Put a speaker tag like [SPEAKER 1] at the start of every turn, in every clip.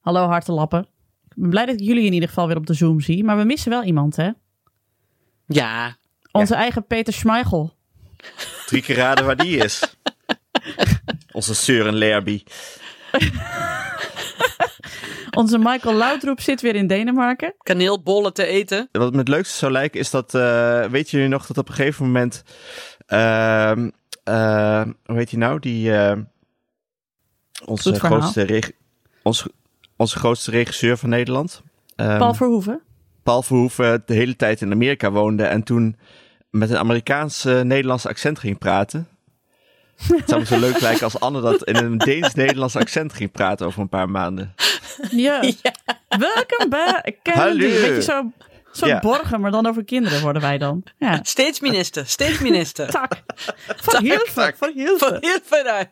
[SPEAKER 1] Hallo hartelappen. Ik ben blij dat ik jullie in ieder geval weer op de Zoom zie. Maar we missen wel iemand, hè?
[SPEAKER 2] Ja.
[SPEAKER 1] Onze eigen Peter Schmeichel.
[SPEAKER 3] Drie keer raden waar die is. Onze Søren Lerby.
[SPEAKER 1] Onze Michael Laudroep zit weer in Denemarken.
[SPEAKER 2] Kaneelbollen te eten.
[SPEAKER 3] Wat me het leukste zou lijken is dat... eh, weet jullie nog dat op een gegeven moment... ehm, eh, hoe heet hij nou? Die, eh, onze,
[SPEAKER 1] Goed verhaal.
[SPEAKER 3] grootste reg- onze, onze grootste regisseur van Nederland. ehm,
[SPEAKER 1] Paul Verhoeven.
[SPEAKER 3] Paul Verhoeven de hele tijd in Amerika woonde en toen met een Amerikaans-Nederlands accent ging praten. Het zou me zo leuk lijken als Anne dat in een Deens-Nederlands accent ging praten over een paar maanden.
[SPEAKER 1] Ja. Welkom bij Candy.
[SPEAKER 3] Hallo.
[SPEAKER 1] Beetje zo, zo
[SPEAKER 3] Ja.
[SPEAKER 1] borgen, maar dan over kinderen worden wij dan. Ja.
[SPEAKER 2] Steeds minister, steeds minister.
[SPEAKER 1] Tak. Van Hilfe. Van
[SPEAKER 2] Van
[SPEAKER 1] Hilfe.
[SPEAKER 2] heel ver uit.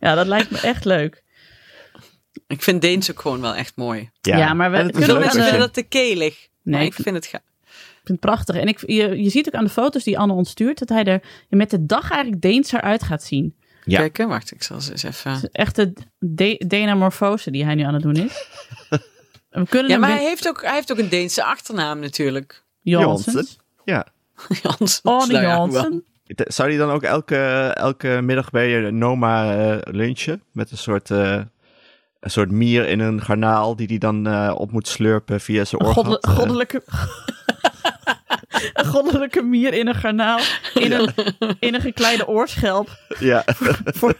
[SPEAKER 1] Ja, dat lijkt me echt leuk.
[SPEAKER 2] Ik vind Deens ook gewoon wel echt mooi.
[SPEAKER 1] Ja, maar we-
[SPEAKER 3] En het
[SPEAKER 1] kunnen
[SPEAKER 3] is
[SPEAKER 1] eh,
[SPEAKER 2] Veel
[SPEAKER 3] leuk
[SPEAKER 1] we-
[SPEAKER 2] mensen
[SPEAKER 3] als je-
[SPEAKER 2] vinden dat te kelig. Nee,
[SPEAKER 1] Nee,
[SPEAKER 2] ik vind het ga.
[SPEAKER 1] Ik vind het prachtig. En ik, je, je ziet ook aan de foto's die Anne ons stuurt, dat hij er met de dag eigenlijk Deens eruit gaat zien.
[SPEAKER 3] Ja.
[SPEAKER 2] Kijk, hè, wacht, ik zal ze eens even.
[SPEAKER 1] Echt de de- denamorfose die hij nu aan het doen is. We kunnen
[SPEAKER 2] Ja,
[SPEAKER 1] hem
[SPEAKER 2] maar hij
[SPEAKER 1] weer-
[SPEAKER 2] heeft ook, hij heeft ook een Deense achternaam natuurlijk.
[SPEAKER 1] Janssens. Oh, Nou
[SPEAKER 3] Ja.
[SPEAKER 2] Jans. Nou
[SPEAKER 1] Anne Janssen.
[SPEAKER 3] Zou die dan ook elke, elke middag bij je Noma eh, lunchen? Met een soort, eh, een soort mier in een garnaal die die dan eh, op moet slurpen via zijn Eh,
[SPEAKER 1] Een
[SPEAKER 3] oor.
[SPEAKER 1] goddel- goddelijke... een goddelijke mier in een garnaal. In een, in een gekleide oorschelp.
[SPEAKER 3] ja.
[SPEAKER 1] Voor,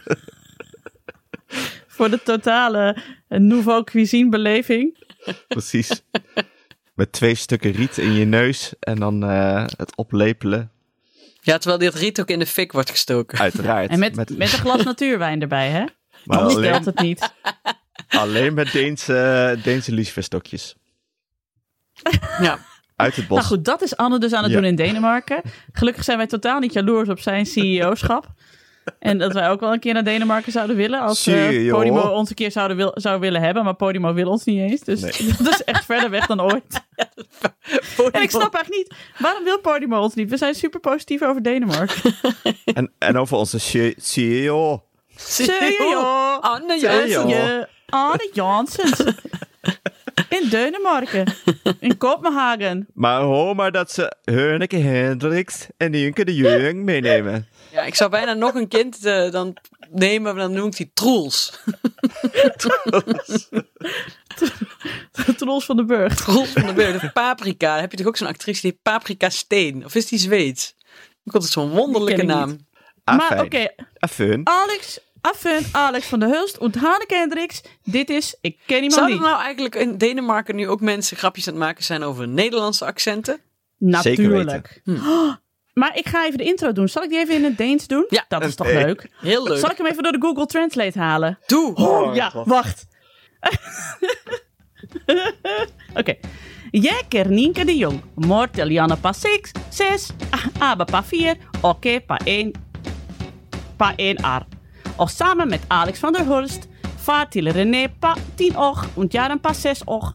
[SPEAKER 1] voor de totale eh, nouveau cuisine beleving.
[SPEAKER 3] Precies. Met twee stukken riet in je neus en dan eh, het oplepelen.
[SPEAKER 2] Ja, terwijl dit riet ook in de fik wordt gestoken.
[SPEAKER 3] Uiteraard.
[SPEAKER 1] En met, met, een glas natuurwijn erbij, hè?
[SPEAKER 3] maar
[SPEAKER 1] Anders
[SPEAKER 3] alleen,
[SPEAKER 1] telt het niet.
[SPEAKER 3] alleen met Deense, Deense lucifestokjes.
[SPEAKER 2] Ja.
[SPEAKER 3] Uit het bos.
[SPEAKER 1] Nou goed, dat is Anne dus aan het
[SPEAKER 3] Ja.
[SPEAKER 1] doen in Denemarken. Gelukkig zijn wij totaal niet jaloers op zijn CEO-schap. En dat wij ook wel een keer naar Denemarken zouden willen. Als eh,
[SPEAKER 3] Zie je, joh.
[SPEAKER 1] Podimo ons een keer zouden wil, zou willen hebben. Maar Podimo wil ons niet eens. Dus
[SPEAKER 3] Nee.
[SPEAKER 1] dat is echt verder weg dan ooit. En ik snap eigenlijk niet. Waarom wil Podimo ons niet? We zijn super positief over Denemarken.
[SPEAKER 3] En, en over onze E she- CEO.
[SPEAKER 1] CEO.
[SPEAKER 2] Anne
[SPEAKER 3] Theo.
[SPEAKER 2] Jansen.
[SPEAKER 1] Je Arne Janssens. In Denemarken. In Kopenhagen.
[SPEAKER 3] Maar hoor maar dat ze Heunneke Hendricks en Nienke de Jong meenemen.
[SPEAKER 2] Ja, ik zou bijna nog een kind eh, dan nemen, maar dan noem ik die Troels.
[SPEAKER 1] Trolls van de Burg.
[SPEAKER 2] Troels van de Beurt. Of Paprika. Dan heb je toch ook zo'n actrice die heet Paprika Steen? Of is die Zweeds? Ik vond het zo'n wonderlijke
[SPEAKER 1] Die ken ik
[SPEAKER 2] naam.
[SPEAKER 1] Maar oké, Ah.
[SPEAKER 3] Afijn. Afijn.
[SPEAKER 1] Alex, Affen, Alex van der Hulst, Onthane Hendricks. Dit is Ik ken iemand
[SPEAKER 2] Zouden
[SPEAKER 1] niet.
[SPEAKER 2] er nou eigenlijk in Denemarken nu ook mensen grapjes aan het maken zijn over Nederlandse accenten?
[SPEAKER 3] Zeker
[SPEAKER 1] Natuurlijk.
[SPEAKER 2] Hm.
[SPEAKER 1] Oh, maar ik ga even de intro doen. Zal ik die even in het Deens doen?
[SPEAKER 2] Ja.
[SPEAKER 1] Dat is toch
[SPEAKER 3] Nee.
[SPEAKER 1] leuk?
[SPEAKER 2] Heel leuk.
[SPEAKER 1] Zal ik hem even door de Google Translate halen?
[SPEAKER 2] Doe!
[SPEAKER 1] Oh, ja, wacht. Oké. Jij ker Nienke de Jong. Mortel Janne pa 6, 6, Abe pa 4, Oké pa 1, pa 1 ar. Och samen met Alex van der Hulst, Fatil René pa 10 och, und Jaren pa 6 och.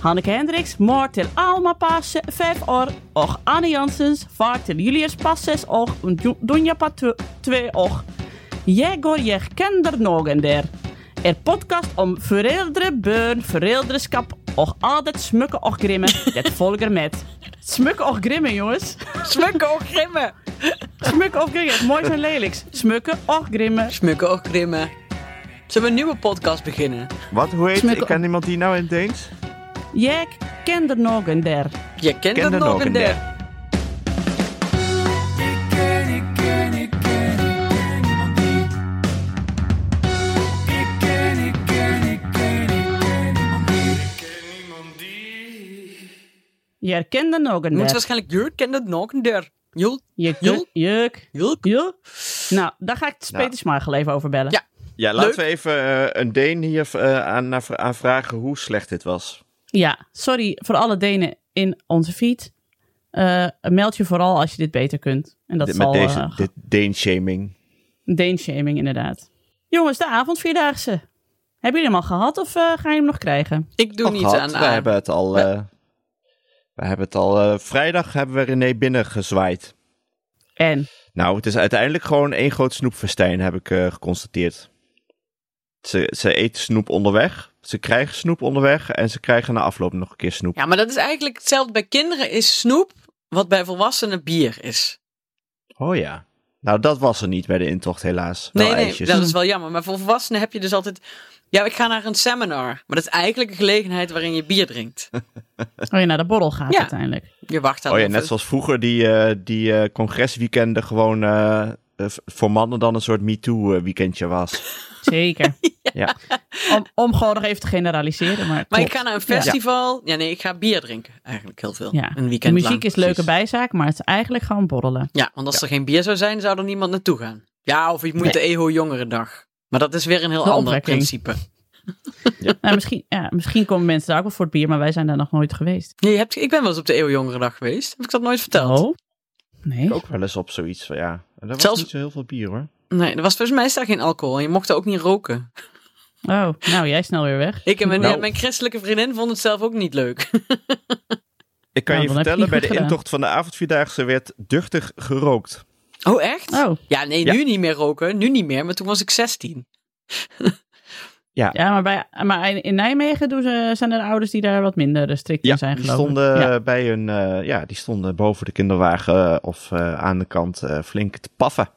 [SPEAKER 1] Hanneke Hendricks, Mortel Alma pa 5 or, och Anne Janssens, Fatil Julius pa 6 och, und Ju- Dunja pa 2 och. Jij går je kender nogen der. Er podcast om vereldre beun, vereldreskap och altijd smukken och grimmen. Dat volger met. Smukken och grimmen, jongens.
[SPEAKER 2] Smukken ook grimmen!
[SPEAKER 1] Smukken och grimmen. Mooi en lelijks. Smukken och grimmen.
[SPEAKER 2] Smukken ook grimmen. Zullen we een nieuwe podcast beginnen?
[SPEAKER 3] Wat, hoe heet
[SPEAKER 1] Smukkel-
[SPEAKER 3] Ik ken iemand die nou in het Deens?
[SPEAKER 1] Jij kender nogen der.
[SPEAKER 2] Je kent
[SPEAKER 3] Ken
[SPEAKER 2] er
[SPEAKER 3] er
[SPEAKER 2] nog
[SPEAKER 3] nog
[SPEAKER 2] een
[SPEAKER 3] een
[SPEAKER 2] der.
[SPEAKER 1] Jij kender nogen
[SPEAKER 2] Je moet
[SPEAKER 1] der.
[SPEAKER 2] waarschijnlijk je kent er nog een der. Jul,
[SPEAKER 1] Je
[SPEAKER 2] Jul?
[SPEAKER 1] juk, juk,
[SPEAKER 2] jul.
[SPEAKER 1] juk. Nou, daar ga ik het Peter Smargel even over bellen.
[SPEAKER 2] Ja.
[SPEAKER 3] Ja, laten
[SPEAKER 2] Leuk.
[SPEAKER 3] we even eh, een Deen hier eh, aan, naar vra- aan vragen hoe slecht dit was.
[SPEAKER 1] Ja, sorry voor alle Denen in onze feed. Eh, meld je vooral als je dit beter kunt. En dat
[SPEAKER 3] Dit-
[SPEAKER 1] zal
[SPEAKER 3] met deze
[SPEAKER 1] eh,
[SPEAKER 3] dit Deen-shaming.
[SPEAKER 1] Dane-shaming, inderdaag. Jongens, de avondvierdaagse. Hebben jullie hem al gehad of eh, ga je hem nog krijgen?
[SPEAKER 2] Ik doe
[SPEAKER 3] Al
[SPEAKER 2] niet
[SPEAKER 3] gehad.
[SPEAKER 2] aan
[SPEAKER 3] We
[SPEAKER 2] aan.
[SPEAKER 3] hebben het al. eh, we hebben het al. eh, vrijdag hebben we René binnengezwaaid.
[SPEAKER 1] En?
[SPEAKER 3] Nou, het is uiteindelijk gewoon één groot snoepfestijn, heb ik eh, geconstateerd. Ze, ze eten snoep onderweg. Ze krijgen snoep onderweg. En ze krijgen na afloop nog een keer snoep.
[SPEAKER 2] Ja, maar dat is eigenlijk hetzelfde bij kinderen is snoep, wat bij volwassenen bier is.
[SPEAKER 3] Oh ja. Nou, dat was er niet bij de intocht, helaas. Wel
[SPEAKER 2] Nee, nee,
[SPEAKER 3] ijsjes.
[SPEAKER 2] dat is wel jammer. Maar voor volwassenen heb je dus altijd... Ja, ik ga naar een seminar. Maar dat is eigenlijk een gelegenheid waarin je bier drinkt.
[SPEAKER 1] Oh, je naar de borrel gaat
[SPEAKER 2] Ja.
[SPEAKER 1] uiteindelijk.
[SPEAKER 2] Je wacht dan.
[SPEAKER 3] Oh ja,
[SPEAKER 2] op-
[SPEAKER 3] net zoals vroeger die, eh, die eh, congresweekenden gewoon eh, eh, voor mannen dan een soort MeToo-weekendje was.
[SPEAKER 1] Zeker.
[SPEAKER 3] Ja.
[SPEAKER 1] om, om gewoon nog even te generaliseren. Maar,
[SPEAKER 2] Maar ik
[SPEAKER 1] klopt.
[SPEAKER 2] ga naar een festival. Ja, nee, ik ga bier drinken. Eigenlijk heel veel.
[SPEAKER 1] Ja.
[SPEAKER 2] Een weekend
[SPEAKER 1] Muziek
[SPEAKER 2] lang.
[SPEAKER 1] is leuke
[SPEAKER 3] precies.
[SPEAKER 1] bijzaak, maar het is eigenlijk gewoon borrelen.
[SPEAKER 2] Ja, want als er geen bier zou zijn, zou er niemand naartoe gaan. Ja, of je moet de EHO Jongerendag. Maar dat is weer een heel
[SPEAKER 1] De
[SPEAKER 2] ander
[SPEAKER 1] opwekking.
[SPEAKER 2] principe.
[SPEAKER 1] Nou, misschien, ja, misschien komen mensen daar ook wel voor het bier, maar wij zijn daar nog nooit geweest.
[SPEAKER 2] Nee, je hebt, ik ben wel eens op de EHO Jongerendag geweest. Heb ik dat nooit verteld?
[SPEAKER 1] Oh? Nee.
[SPEAKER 3] Ik ook wel eens op zoiets. van, Ja. En dat was
[SPEAKER 2] Zelfs-
[SPEAKER 3] niet zo heel veel bier hoor.
[SPEAKER 2] Nee, er was volgens mij is daar geen alcohol. En je mocht daar ook niet roken.
[SPEAKER 1] Oh, nou jij snel weer weg.
[SPEAKER 2] Ik en mijn,
[SPEAKER 3] Nou.
[SPEAKER 2] mijn christelijke vriendin vonden het zelf ook niet leuk.
[SPEAKER 3] Ik kan
[SPEAKER 1] Nou,
[SPEAKER 3] je
[SPEAKER 1] dan heb je
[SPEAKER 3] vertellen,
[SPEAKER 1] niet
[SPEAKER 3] bij
[SPEAKER 1] goed
[SPEAKER 3] de
[SPEAKER 1] gedaan.
[SPEAKER 3] intocht van de avondvierdaagse werd duchtig gerookt.
[SPEAKER 2] Oh, echt?
[SPEAKER 1] Oh,
[SPEAKER 2] Ja, nee,
[SPEAKER 3] Ja.
[SPEAKER 2] nu niet meer roken. Nu niet meer, maar toen was ik 16.
[SPEAKER 1] ja, maar, bij, maar in Nijmegen doen ze, zijn er ouders die daar wat minder restrict in zijn,
[SPEAKER 3] die
[SPEAKER 1] geloof ik.
[SPEAKER 3] stonden
[SPEAKER 1] Ja.
[SPEAKER 3] eh, bij hun, eh, ja, die stonden boven de kinderwagen eh, of eh, aan de kant eh, flink te paffen.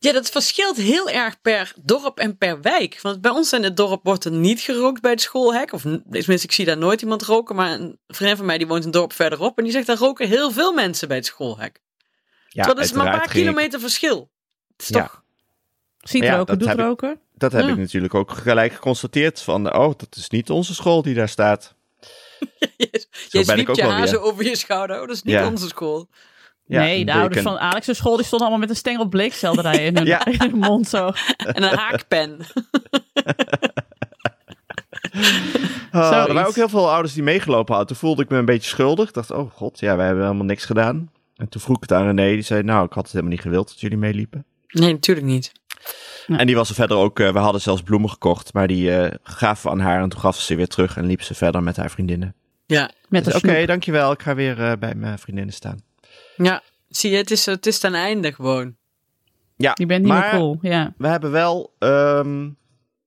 [SPEAKER 2] Ja, dat verschilt heel erg per dorp en per wijk. Want bij ons in het dorp wordt er niet gerookt bij het schoolhek. Of n- tenminste, ik zie daar nooit iemand roken. Maar een vriend van mij die woont een dorp verderop. En die zegt, daar roken heel veel mensen bij het schoolhek.
[SPEAKER 3] Ja,
[SPEAKER 2] Terwijl dat is maar een
[SPEAKER 3] uiteraard
[SPEAKER 2] paar
[SPEAKER 3] ging ik-
[SPEAKER 2] kilometer verschil. Het is
[SPEAKER 3] Ja.
[SPEAKER 2] toch...
[SPEAKER 1] Ziet
[SPEAKER 3] Ja,
[SPEAKER 1] roken,
[SPEAKER 3] dat
[SPEAKER 1] doet
[SPEAKER 3] heb ik-
[SPEAKER 1] roken.
[SPEAKER 3] Dat heb
[SPEAKER 2] Ja.
[SPEAKER 3] ik natuurlijk ook gelijk geconstateerd. Van, oh, dat is niet onze school die daar staat.
[SPEAKER 2] Je,
[SPEAKER 3] ben
[SPEAKER 2] je
[SPEAKER 3] ik
[SPEAKER 2] zwiept
[SPEAKER 3] ook
[SPEAKER 2] je
[SPEAKER 3] wel
[SPEAKER 2] haar
[SPEAKER 3] weer.
[SPEAKER 2] zo over je schouder. Oh, dat is niet
[SPEAKER 3] Ja.
[SPEAKER 2] onze school.
[SPEAKER 3] Ja,
[SPEAKER 1] nee,
[SPEAKER 3] een
[SPEAKER 1] de ouders
[SPEAKER 3] beacon.
[SPEAKER 1] van Alex' de school die stonden allemaal met een stengel bleekselderij in hun,
[SPEAKER 3] Ja.
[SPEAKER 1] in hun mond zo.
[SPEAKER 2] En een haakpen.
[SPEAKER 3] Ah, er waren
[SPEAKER 1] Zoiets.
[SPEAKER 3] ook heel veel ouders die meegelopen hadden. Toen voelde ik me een beetje schuldig. Ik dacht, oh god, ja, wij hebben helemaal niks gedaan. En toen vroeg ik het aan René. Die zei, nou, ik had het helemaal niet gewild dat jullie meeliepen.
[SPEAKER 2] Nee, natuurlijk niet.
[SPEAKER 3] En die was er verder ook... eh, we hadden zelfs bloemen gekocht. Maar die eh, gaven we aan haar. En toen gaf ze ze weer terug. En liep ze verder met haar vriendinnen.
[SPEAKER 2] Ja,
[SPEAKER 1] Met een
[SPEAKER 3] Dus, Oké,
[SPEAKER 1] snoep.
[SPEAKER 3] dankjewel. Ik ga weer eh, bij mijn vriendinnen staan.
[SPEAKER 2] ja. Zie je, het is, het is ten einde gewoon.
[SPEAKER 3] Ja,
[SPEAKER 1] Je bent niet
[SPEAKER 3] maar
[SPEAKER 1] meer cool, ja.
[SPEAKER 3] we hebben wel... ehm,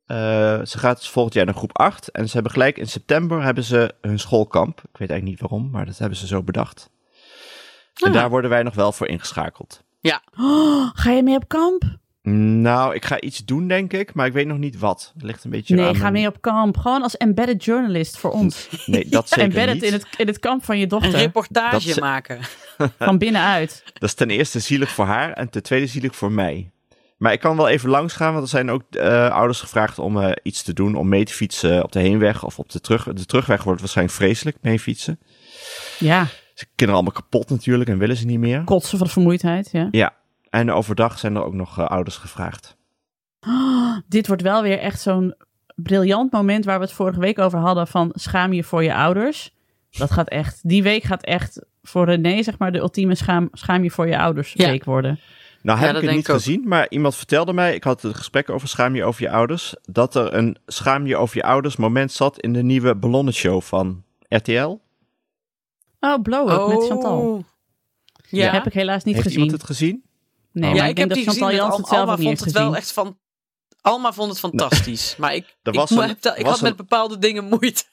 [SPEAKER 3] eh, ze gaat volgend jaar naar groep 8. En ze hebben gelijk in september hebben ze hun schoolkamp. Ik weet eigenlijk niet waarom, maar dat hebben ze zo bedacht. En
[SPEAKER 2] Ah.
[SPEAKER 3] daar worden wij nog wel voor ingeschakeld.
[SPEAKER 1] Oh, ga je mee op kamp?
[SPEAKER 3] Nou, ik ga iets doen, denk ik, maar ik weet nog niet wat. Het ligt een beetje aan
[SPEAKER 1] nee, ga
[SPEAKER 3] mijn-
[SPEAKER 1] mee op kamp. Gewoon als embedded journalist voor ons.
[SPEAKER 3] Nee, dat zeker
[SPEAKER 1] embedded
[SPEAKER 3] niet.
[SPEAKER 1] in het, in het kamp van je
[SPEAKER 2] Een
[SPEAKER 1] dochter.
[SPEAKER 2] reportage
[SPEAKER 3] dat ze-
[SPEAKER 2] maken.
[SPEAKER 1] Van binnenuit.
[SPEAKER 3] Dat is ten eerste zielig voor haar en ten tweede zielig voor mij. Maar ik kan wel even langs gaan, want er zijn ook eh, ouders gevraagd om eh, iets te doen. Om mee te fietsen op de heenweg of op de terug. De terugweg wordt waarschijnlijk vreselijk mee fietsen.
[SPEAKER 1] Ja,
[SPEAKER 3] Ze kinderen allemaal kapot natuurlijk en willen ze niet meer.
[SPEAKER 1] kotsen van vermoeidheid, ja.
[SPEAKER 3] Ja, en overdag zijn er ook nog eh, ouders gevraagd.
[SPEAKER 1] Dit wordt wel weer echt zo'n briljant moment waar we het vorige week over hadden van schaam je voor je ouders. Dat gaat echt, die week gaat echt voor René zeg maar de ultieme schaam, schaam je voor je ouders
[SPEAKER 2] Ja.
[SPEAKER 1] week worden.
[SPEAKER 3] Nou
[SPEAKER 2] Ja,
[SPEAKER 3] heb
[SPEAKER 2] dat
[SPEAKER 3] ik
[SPEAKER 2] denk
[SPEAKER 3] het niet
[SPEAKER 2] ik ook.
[SPEAKER 3] gezien, maar iemand vertelde mij, ik had het gesprek over schaam je over je ouders, dat er een schaam je over je ouders moment zat in de nieuwe ballonnenshow van RTL.
[SPEAKER 1] Oh, blow up met Chantal.
[SPEAKER 2] Ja,
[SPEAKER 1] Heb ik helaas niet
[SPEAKER 3] Heeft
[SPEAKER 1] gezien.
[SPEAKER 3] iemand het Oh. gezien?
[SPEAKER 1] Nee,
[SPEAKER 3] Ja,
[SPEAKER 1] maar
[SPEAKER 2] ja,
[SPEAKER 1] ik,
[SPEAKER 2] ik,
[SPEAKER 1] denk
[SPEAKER 2] heb
[SPEAKER 1] dat
[SPEAKER 2] die
[SPEAKER 1] Chantal
[SPEAKER 2] gezien.
[SPEAKER 1] Jans
[SPEAKER 2] Al-
[SPEAKER 1] het zelf
[SPEAKER 2] Alma
[SPEAKER 1] ook niet
[SPEAKER 2] vond
[SPEAKER 1] eens
[SPEAKER 2] het
[SPEAKER 1] gezien.
[SPEAKER 2] wel echt van... Alma vond het fantastisch. Maar ik,
[SPEAKER 3] Er
[SPEAKER 2] ik,
[SPEAKER 3] was
[SPEAKER 2] mo-
[SPEAKER 3] een-
[SPEAKER 2] heb dat- ik
[SPEAKER 3] was
[SPEAKER 2] had met
[SPEAKER 3] een-
[SPEAKER 2] bepaalde dingen moeite.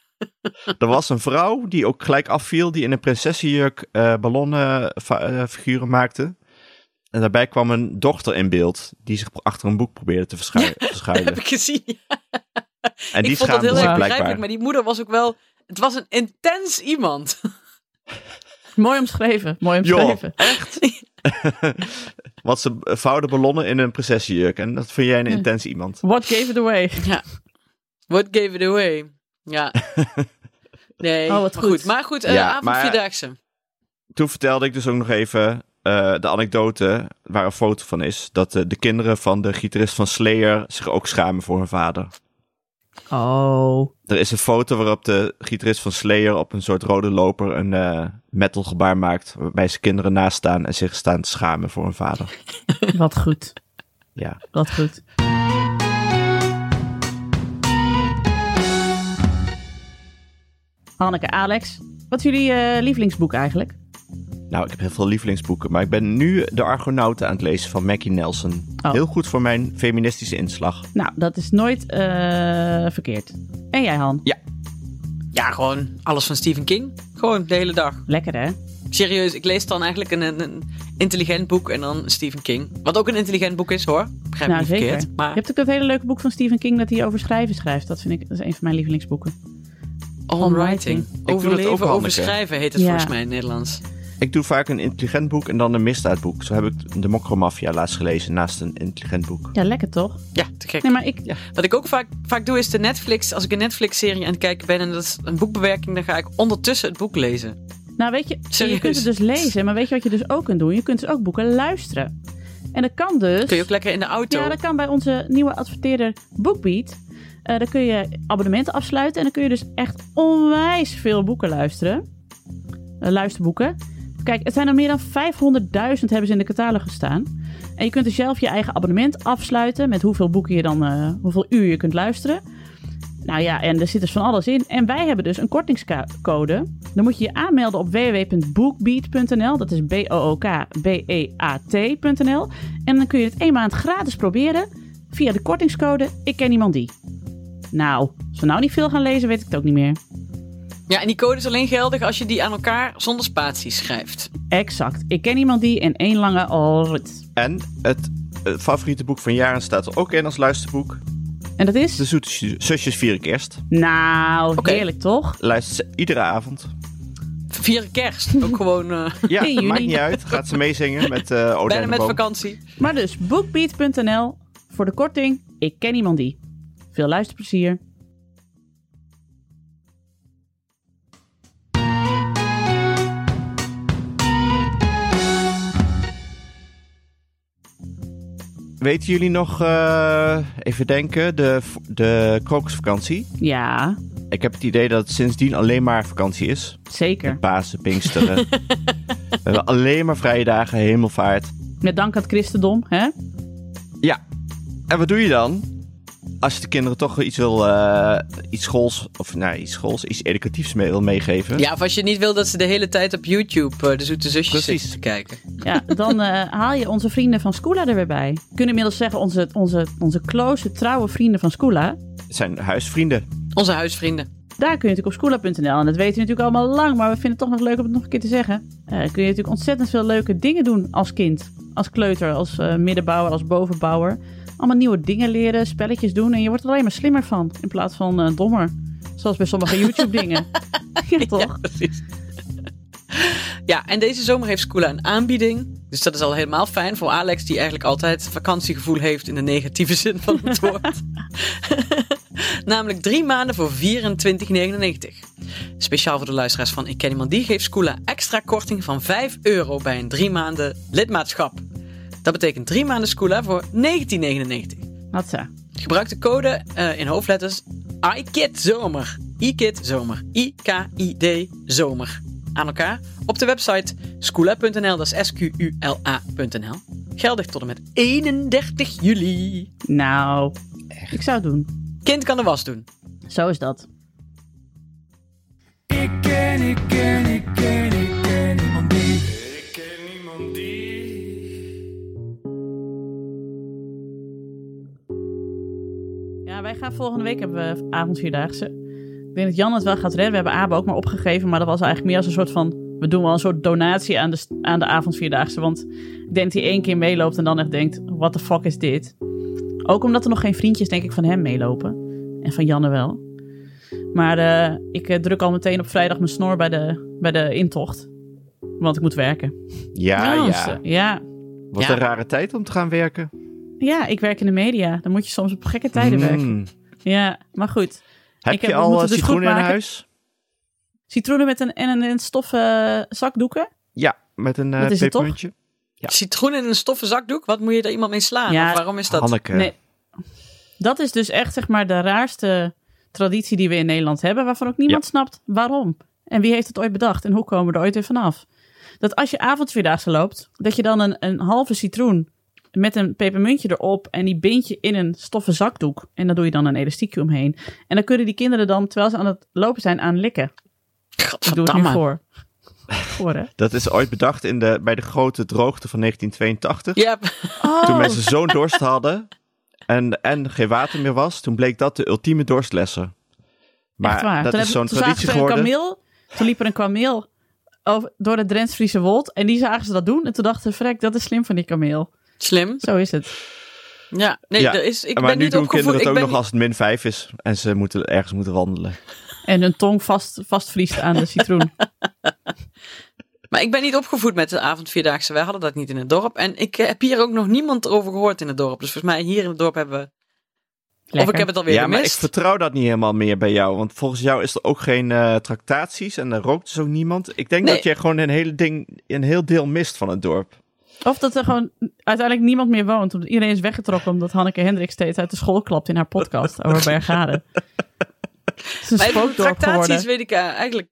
[SPEAKER 3] Er was een vrouw die ook gelijk afviel, die in een prinsessenjurk eh ballonnenfiguren maakte. En daarbij kwam een dochter in beeld, die zich achter een boek probeerde te verschui- verschuilen.
[SPEAKER 2] Heb ik gezien.
[SPEAKER 3] En die
[SPEAKER 2] ik vond dat heel
[SPEAKER 3] schaamde
[SPEAKER 1] zich
[SPEAKER 2] erg
[SPEAKER 3] zich
[SPEAKER 2] begrijpelijk. Maar
[SPEAKER 3] blijkbaar.
[SPEAKER 2] die moeder was ook wel... Het was een intens iemand.
[SPEAKER 1] Mooi omschreven, mooi
[SPEAKER 3] Joh.
[SPEAKER 1] omschreven.
[SPEAKER 3] Want ze vouwde ballonnen in een prinsessenjurk. En dat vind jij een intens iemand.
[SPEAKER 1] What gave it away?
[SPEAKER 2] What gave it away? Ja. Nee,
[SPEAKER 1] Oh, wat
[SPEAKER 2] maar
[SPEAKER 1] goed.
[SPEAKER 2] Maar goed, eh
[SPEAKER 3] Ja,
[SPEAKER 2] avondvierdaagse.
[SPEAKER 3] toen vertelde ik dus ook nog even eh, de anekdote waar een foto van is. Dat eh, de kinderen van de gitarist van Slayer zich ook schamen voor hun vader.
[SPEAKER 1] Oh.
[SPEAKER 3] Er is een foto waarop de gitarist van Slayer op een soort rode loper een eh metal gebaar maakt. Waarbij zijn kinderen naast staan en zich staan te schamen voor hun vader.
[SPEAKER 1] Wat goed,
[SPEAKER 3] Ja.
[SPEAKER 1] wat goed. Hanneke, Alex, wat is jullie eh, lievelingsboek eigenlijk?
[SPEAKER 3] Nou, ik heb heel veel lievelingsboeken, maar ik ben nu De Argonauten aan het lezen van Mackie Nelson.
[SPEAKER 1] Oh.
[SPEAKER 3] Heel goed voor mijn feministische inslag.
[SPEAKER 1] Nou, dat is nooit eh, verkeerd. En jij, Han?
[SPEAKER 3] Ja,
[SPEAKER 2] Ja, gewoon alles van Stephen King. Gewoon de hele dag.
[SPEAKER 1] Lekker, hè?
[SPEAKER 2] Serieus, ik lees dan eigenlijk een, een- een intelligent boek en dan Stephen King. Wat ook een intelligent boek is hoor. Begrijp me
[SPEAKER 1] nou,
[SPEAKER 2] niet
[SPEAKER 1] zeker.
[SPEAKER 2] verkeerd. Maar...
[SPEAKER 1] Je hebt ook dat hele leuke boek van Stephen King dat hij over schrijven schrijft. Dat vind ik dat is een van mijn lievelingsboeken.
[SPEAKER 2] On writing.
[SPEAKER 1] Ik
[SPEAKER 3] doe dat ook,
[SPEAKER 2] Overleven,
[SPEAKER 3] Hanneke.
[SPEAKER 2] overschrijven heet het
[SPEAKER 1] Ja.
[SPEAKER 2] volgens mij in het Nederlands.
[SPEAKER 3] ik doe vaak een intelligent boek en dan een misdaadboek. Zo heb ik De Mokromafia laatst gelezen naast een intelligent boek.
[SPEAKER 1] Ja, lekker toch?
[SPEAKER 2] Ja, te gek.
[SPEAKER 1] Nee, maar ik.
[SPEAKER 3] Ja.
[SPEAKER 2] Wat ik ook vaak, vaak doe is de Netflix. Als ik een Netflix-serie aan het kijken ben en dat is een boekbewerking, dan ga ik ondertussen het boek lezen.
[SPEAKER 1] Nou, weet je, je
[SPEAKER 2] Serieus?
[SPEAKER 1] kunt het dus lezen, maar weet je wat je dus ook kunt doen? Je kunt dus ook boeken luisteren. En dat kan dus.
[SPEAKER 2] Kun je ook lekker in de auto.
[SPEAKER 1] Ja, dat kan bij onze nieuwe adverteerder BookBeat. Eh daar kun je abonnementen afsluiten en dan kun je dus echt onwijs veel boeken luisteren. Eh, luisterboeken. Kijk, het zijn er meer dan 500.000 hebben ze in de catalogus staan. En je kunt dus zelf je eigen abonnement afsluiten met hoeveel boeken je dan, eh, hoeveel uur je kunt luisteren. Nou ja, en er zit dus van alles in. En wij hebben dus een kortingscode. Dan moet je je aanmelden op www.bookbeat.nl. Dat is E B-O-O-K-B-E-A-T.nl. En dan kun je het één maand gratis proberen via de kortingscode Ik ken iemand die. Nou, als we nou niet veel gaan lezen, weet ik het ook niet meer.
[SPEAKER 2] Ja, en die code is alleen geldig als je die aan elkaar zonder spaties schrijft.
[SPEAKER 1] Exact. Ik ken iemand die in één lange alrit.
[SPEAKER 3] En het eh, favoriete boek van Jaren staat er ook in als luisterboek.
[SPEAKER 1] En dat
[SPEAKER 3] De
[SPEAKER 1] is?
[SPEAKER 3] Zoete Su- Zusjes Vieren Kerst.
[SPEAKER 1] Nou,
[SPEAKER 2] Oké.
[SPEAKER 1] heerlijk toch?
[SPEAKER 3] Luistert ze iedere avond.
[SPEAKER 2] Vier kerst. Ook gewoon eh,
[SPEAKER 3] Ja,
[SPEAKER 1] In juni.
[SPEAKER 3] maakt niet uit. Gaat ze meezingen met eh Ode
[SPEAKER 2] bijna
[SPEAKER 3] en de
[SPEAKER 2] met
[SPEAKER 3] Boom.
[SPEAKER 2] vakantie.
[SPEAKER 1] Maar dus bookbeat.nl voor de korting Ik ken iemand die. Veel luisterplezier.
[SPEAKER 3] Weten jullie nog, eh, even denken, de, de krokusvakantie?
[SPEAKER 1] Ja,
[SPEAKER 3] Ik heb het idee dat het sindsdien alleen maar vakantie is.
[SPEAKER 1] zeker.
[SPEAKER 3] Pasen, Pinksteren. We hebben alleen maar vrije dagen, hemelvaart.
[SPEAKER 1] Met dank aan het christendom, hè?
[SPEAKER 3] Ja. En wat doe je dan? Als je de kinderen toch iets wil, eh, iets schools, of nou, iets schools, iets educatiefs mee wil meegeven.
[SPEAKER 2] Ja, of als je niet wil dat ze de hele tijd op YouTube eh, de zoete zusjes zitten
[SPEAKER 3] Precies.
[SPEAKER 2] te kijken.
[SPEAKER 1] Ja, dan eh, haal je onze vrienden van Scula er weer bij. We kunnen inmiddels zeggen, onze, onze, onze close, trouwe vrienden van Scula.
[SPEAKER 3] Het zijn huisvrienden.
[SPEAKER 2] Onze huisvrienden.
[SPEAKER 1] Daar kun je natuurlijk op schoola.nl, en dat weten we natuurlijk allemaal lang, maar we vinden het toch nog leuk om het nog een keer te zeggen. Eh, kun je natuurlijk ontzettend veel leuke dingen doen als kind. Als kleuter, als eh, middenbouwer, als bovenbouwer. Allemaal nieuwe dingen leren, spelletjes doen en je wordt er alleen maar slimmer van in plaats van eh, dommer. Zoals bij sommige YouTube-dingen. ja, toch?
[SPEAKER 2] Precies. Ja, en deze zomer heeft Skoola een aanbieding. Dus dat is al helemaal fijn voor Alex, die eigenlijk altijd vakantiegevoel heeft in de negatieve zin van het woord. Namelijk drie maanden voor 24,99. Speciaal voor de luisteraars van Ik Ken Iemand Die geeft Skoola extra korting van 5 euro bij een drie maanden lidmaatschap. Dat betekent drie maanden Skoola voor 19,99.
[SPEAKER 1] Hatsa.
[SPEAKER 2] Gebruik de code eh, in hoofdletters IKID Zomer. IKID Zomer. I-K-I-D Zomer. Aan elkaar op de website skoola.nl, dat is S-Q-U-L-A.nl. Geldig tot en met 31 juli.
[SPEAKER 1] Nou, ik zou het doen.
[SPEAKER 2] Kind kan de was doen.
[SPEAKER 1] Zo is dat.
[SPEAKER 4] Ik ken, ik ken, ik ken, ik ken iemand die. Ik ken iemand die.
[SPEAKER 1] Ja, wij gaan volgende week hebben we avondvierdaagse. Ik denk dat Jan het wel gaat redden. We hebben Abe ook maar opgegeven. Maar dat was eigenlijk meer als een soort van... We doen wel een soort donatie aan de, st- aan de avondvierdaagse. Want ik denk dat hij één keer meeloopt en dan echt denkt... What the fuck is dit? Ook omdat er nog geen vriendjes, denk ik, van hem meelopen. En van Janne wel. Maar eh, ik eh, druk al meteen op vrijdag mijn snor bij de, bij de intocht. Want ik moet werken.
[SPEAKER 3] Ja,
[SPEAKER 2] Oh,
[SPEAKER 1] Dus, eh,
[SPEAKER 3] ja.
[SPEAKER 1] ja.
[SPEAKER 3] Wat
[SPEAKER 2] Ja.
[SPEAKER 3] een rare tijd om te gaan werken.
[SPEAKER 1] ja, ik werk in de media. Dan moet je soms op gekke tijden werken.
[SPEAKER 3] Hmm.
[SPEAKER 1] Ja, maar goed.
[SPEAKER 3] Heb
[SPEAKER 1] Ik
[SPEAKER 3] je
[SPEAKER 1] heb- we
[SPEAKER 3] al
[SPEAKER 1] moeten
[SPEAKER 3] eh,
[SPEAKER 1] dus goed
[SPEAKER 3] citroenen in
[SPEAKER 1] maken.
[SPEAKER 3] huis?
[SPEAKER 1] Citroenen met een, en een, en stoffen eh, zakdoeken.
[SPEAKER 3] Ja, met een eh,
[SPEAKER 1] Wat is het toch?
[SPEAKER 3] pepermuntje. Ja.
[SPEAKER 2] Citroen in een stoffen zakdoek, wat moet je daar iemand mee slaan?
[SPEAKER 1] Ja.
[SPEAKER 2] Of waarom is dat?
[SPEAKER 3] Hanneke.
[SPEAKER 1] Nee. Dat is dus echt zeg maar de raarste traditie die we in Nederland hebben, waarvan ook niemand snapt waarom. En wie heeft het ooit bedacht en hoe komen we er ooit weer vanaf? Dat als je avondvierdaagse loopt, dat je dan een, een halve citroen met een pepermuntje erop en die bind je in een stoffen zakdoek. En daar doe je dan een elastiekje omheen. En dan kunnen die kinderen dan, terwijl ze aan het lopen zijn, aan likken. Ik doe het nu
[SPEAKER 2] Gadverdamme.
[SPEAKER 1] voor. voor, hè?
[SPEAKER 3] Dat is ooit bedacht in de, bij de grote droogte van 1982.
[SPEAKER 2] Ja,
[SPEAKER 3] Toen mensen zo'n dorst hadden en, en geen water meer was, toen bleek dat de ultieme dorstlessen. Maar
[SPEAKER 1] Echt waar.
[SPEAKER 3] dat
[SPEAKER 1] toen
[SPEAKER 3] is
[SPEAKER 1] heb-
[SPEAKER 3] zo'n
[SPEAKER 1] toen zagen
[SPEAKER 3] traditie
[SPEAKER 1] ze een
[SPEAKER 3] geworden.
[SPEAKER 1] kameel, toen liep er een kameel over- door het Drents-Friese wold. En die zagen ze dat doen. En toen dachten ze, vrek, dat is slim van die kameel.
[SPEAKER 2] slim.
[SPEAKER 1] Zo is het.
[SPEAKER 2] Ja, nee,
[SPEAKER 3] Ja,
[SPEAKER 2] er is, ik
[SPEAKER 3] maar
[SPEAKER 2] ben
[SPEAKER 3] nu
[SPEAKER 2] niet
[SPEAKER 3] doen
[SPEAKER 2] opgevoed. Ik
[SPEAKER 3] kinderen het ook
[SPEAKER 2] ben
[SPEAKER 3] nog
[SPEAKER 2] niet-
[SPEAKER 3] als het min 5 is en ze moeten ergens moeten wandelen.
[SPEAKER 1] En hun tong vast, vastvriest aan de citroen.
[SPEAKER 2] Maar ik ben niet opgevoed met de avondvierdaagse. Wij hadden dat niet in het dorp. En ik eh, heb hier ook nog niemand over gehoord in het dorp. Dus volgens mij hier in het dorp hebben we... Of
[SPEAKER 1] Lekker.
[SPEAKER 2] ik heb het alweer
[SPEAKER 3] ja, maar ik
[SPEAKER 2] gemist.
[SPEAKER 3] vertrouw dat niet helemaal meer bij jou. Want volgens jou is er ook geen eh tractaties en er rookt dus ook niemand. Ik denk
[SPEAKER 2] Nee.
[SPEAKER 3] dat jij gewoon een, hele ding, een heel deel mist van het dorp.
[SPEAKER 1] Of dat er gewoon uiteindelijk niemand meer woont. Omdat iedereen is weggetrokken omdat Hanneke Hendrik steeds uit de school klapt in haar podcast over Bergade. Het is een
[SPEAKER 2] Maar even
[SPEAKER 1] spookdorp
[SPEAKER 2] tractaties
[SPEAKER 1] geworden.
[SPEAKER 2] weet ik eh, eigenlijk...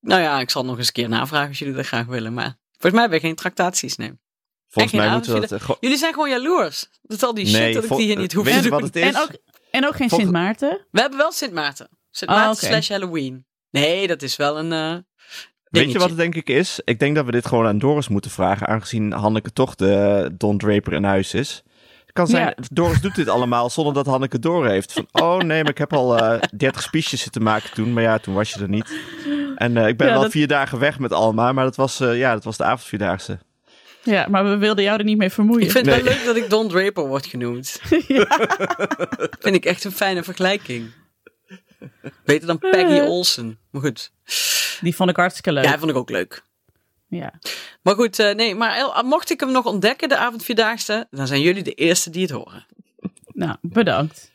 [SPEAKER 2] Nou ja, ik zal nog eens een keer navragen als jullie dat graag willen. Maar volgens mij hebben we geen tractaties, nee.
[SPEAKER 3] Volgens
[SPEAKER 2] En geen
[SPEAKER 3] mij moeten we dat... eh, gewoon-
[SPEAKER 2] Jullie zijn gewoon jaloers. Dat al die shit
[SPEAKER 3] Nee,
[SPEAKER 2] dat ik
[SPEAKER 3] vol-
[SPEAKER 2] die hier niet hoef
[SPEAKER 3] weet
[SPEAKER 2] te
[SPEAKER 3] je
[SPEAKER 2] doen.
[SPEAKER 3] wat het is?
[SPEAKER 1] En ook, en ook geen
[SPEAKER 3] Volg-
[SPEAKER 1] Sint Maarten.
[SPEAKER 2] We hebben wel Sint Maarten. Sint Maarten
[SPEAKER 1] Ah, oké.
[SPEAKER 2] slash Halloween. Nee, dat is wel een... eh,
[SPEAKER 3] Weet je
[SPEAKER 2] dingetje.
[SPEAKER 3] wat het denk ik is? Ik denk dat we dit gewoon aan Doris moeten vragen, aangezien Hanneke toch de Don Draper in huis is. Het kan zijn,
[SPEAKER 1] Ja.
[SPEAKER 3] Doris doet dit allemaal zonder dat Hanneke het door heeft. Van, oh nee, maar ik heb al eh 30 speeches zitten maken toen, maar ja, toen was je er niet. En eh, ik ben
[SPEAKER 1] Ja,
[SPEAKER 3] wel
[SPEAKER 1] dat-
[SPEAKER 3] vier dagen weg met Alma, maar dat was, eh, ja, dat was de avondvierdaagse.
[SPEAKER 1] Ja, maar we wilden jou er niet mee vermoeien.
[SPEAKER 2] Ik vind het
[SPEAKER 3] Nee.
[SPEAKER 2] wel leuk dat ik Don Draper word genoemd. Vind ik echt een fijne vergelijking. Beter dan Peggy Olsen. Maar goed.
[SPEAKER 1] Die vond ik hartstikke leuk.
[SPEAKER 2] Ja,
[SPEAKER 1] Ja.
[SPEAKER 2] vond ik ook leuk.
[SPEAKER 1] Ja.
[SPEAKER 2] Maar goed, eh, nee, maar El- mocht ik hem nog ontdekken, de avondvierdaagse, dan zijn jullie de eerste die het horen.
[SPEAKER 1] Nou, bedankt.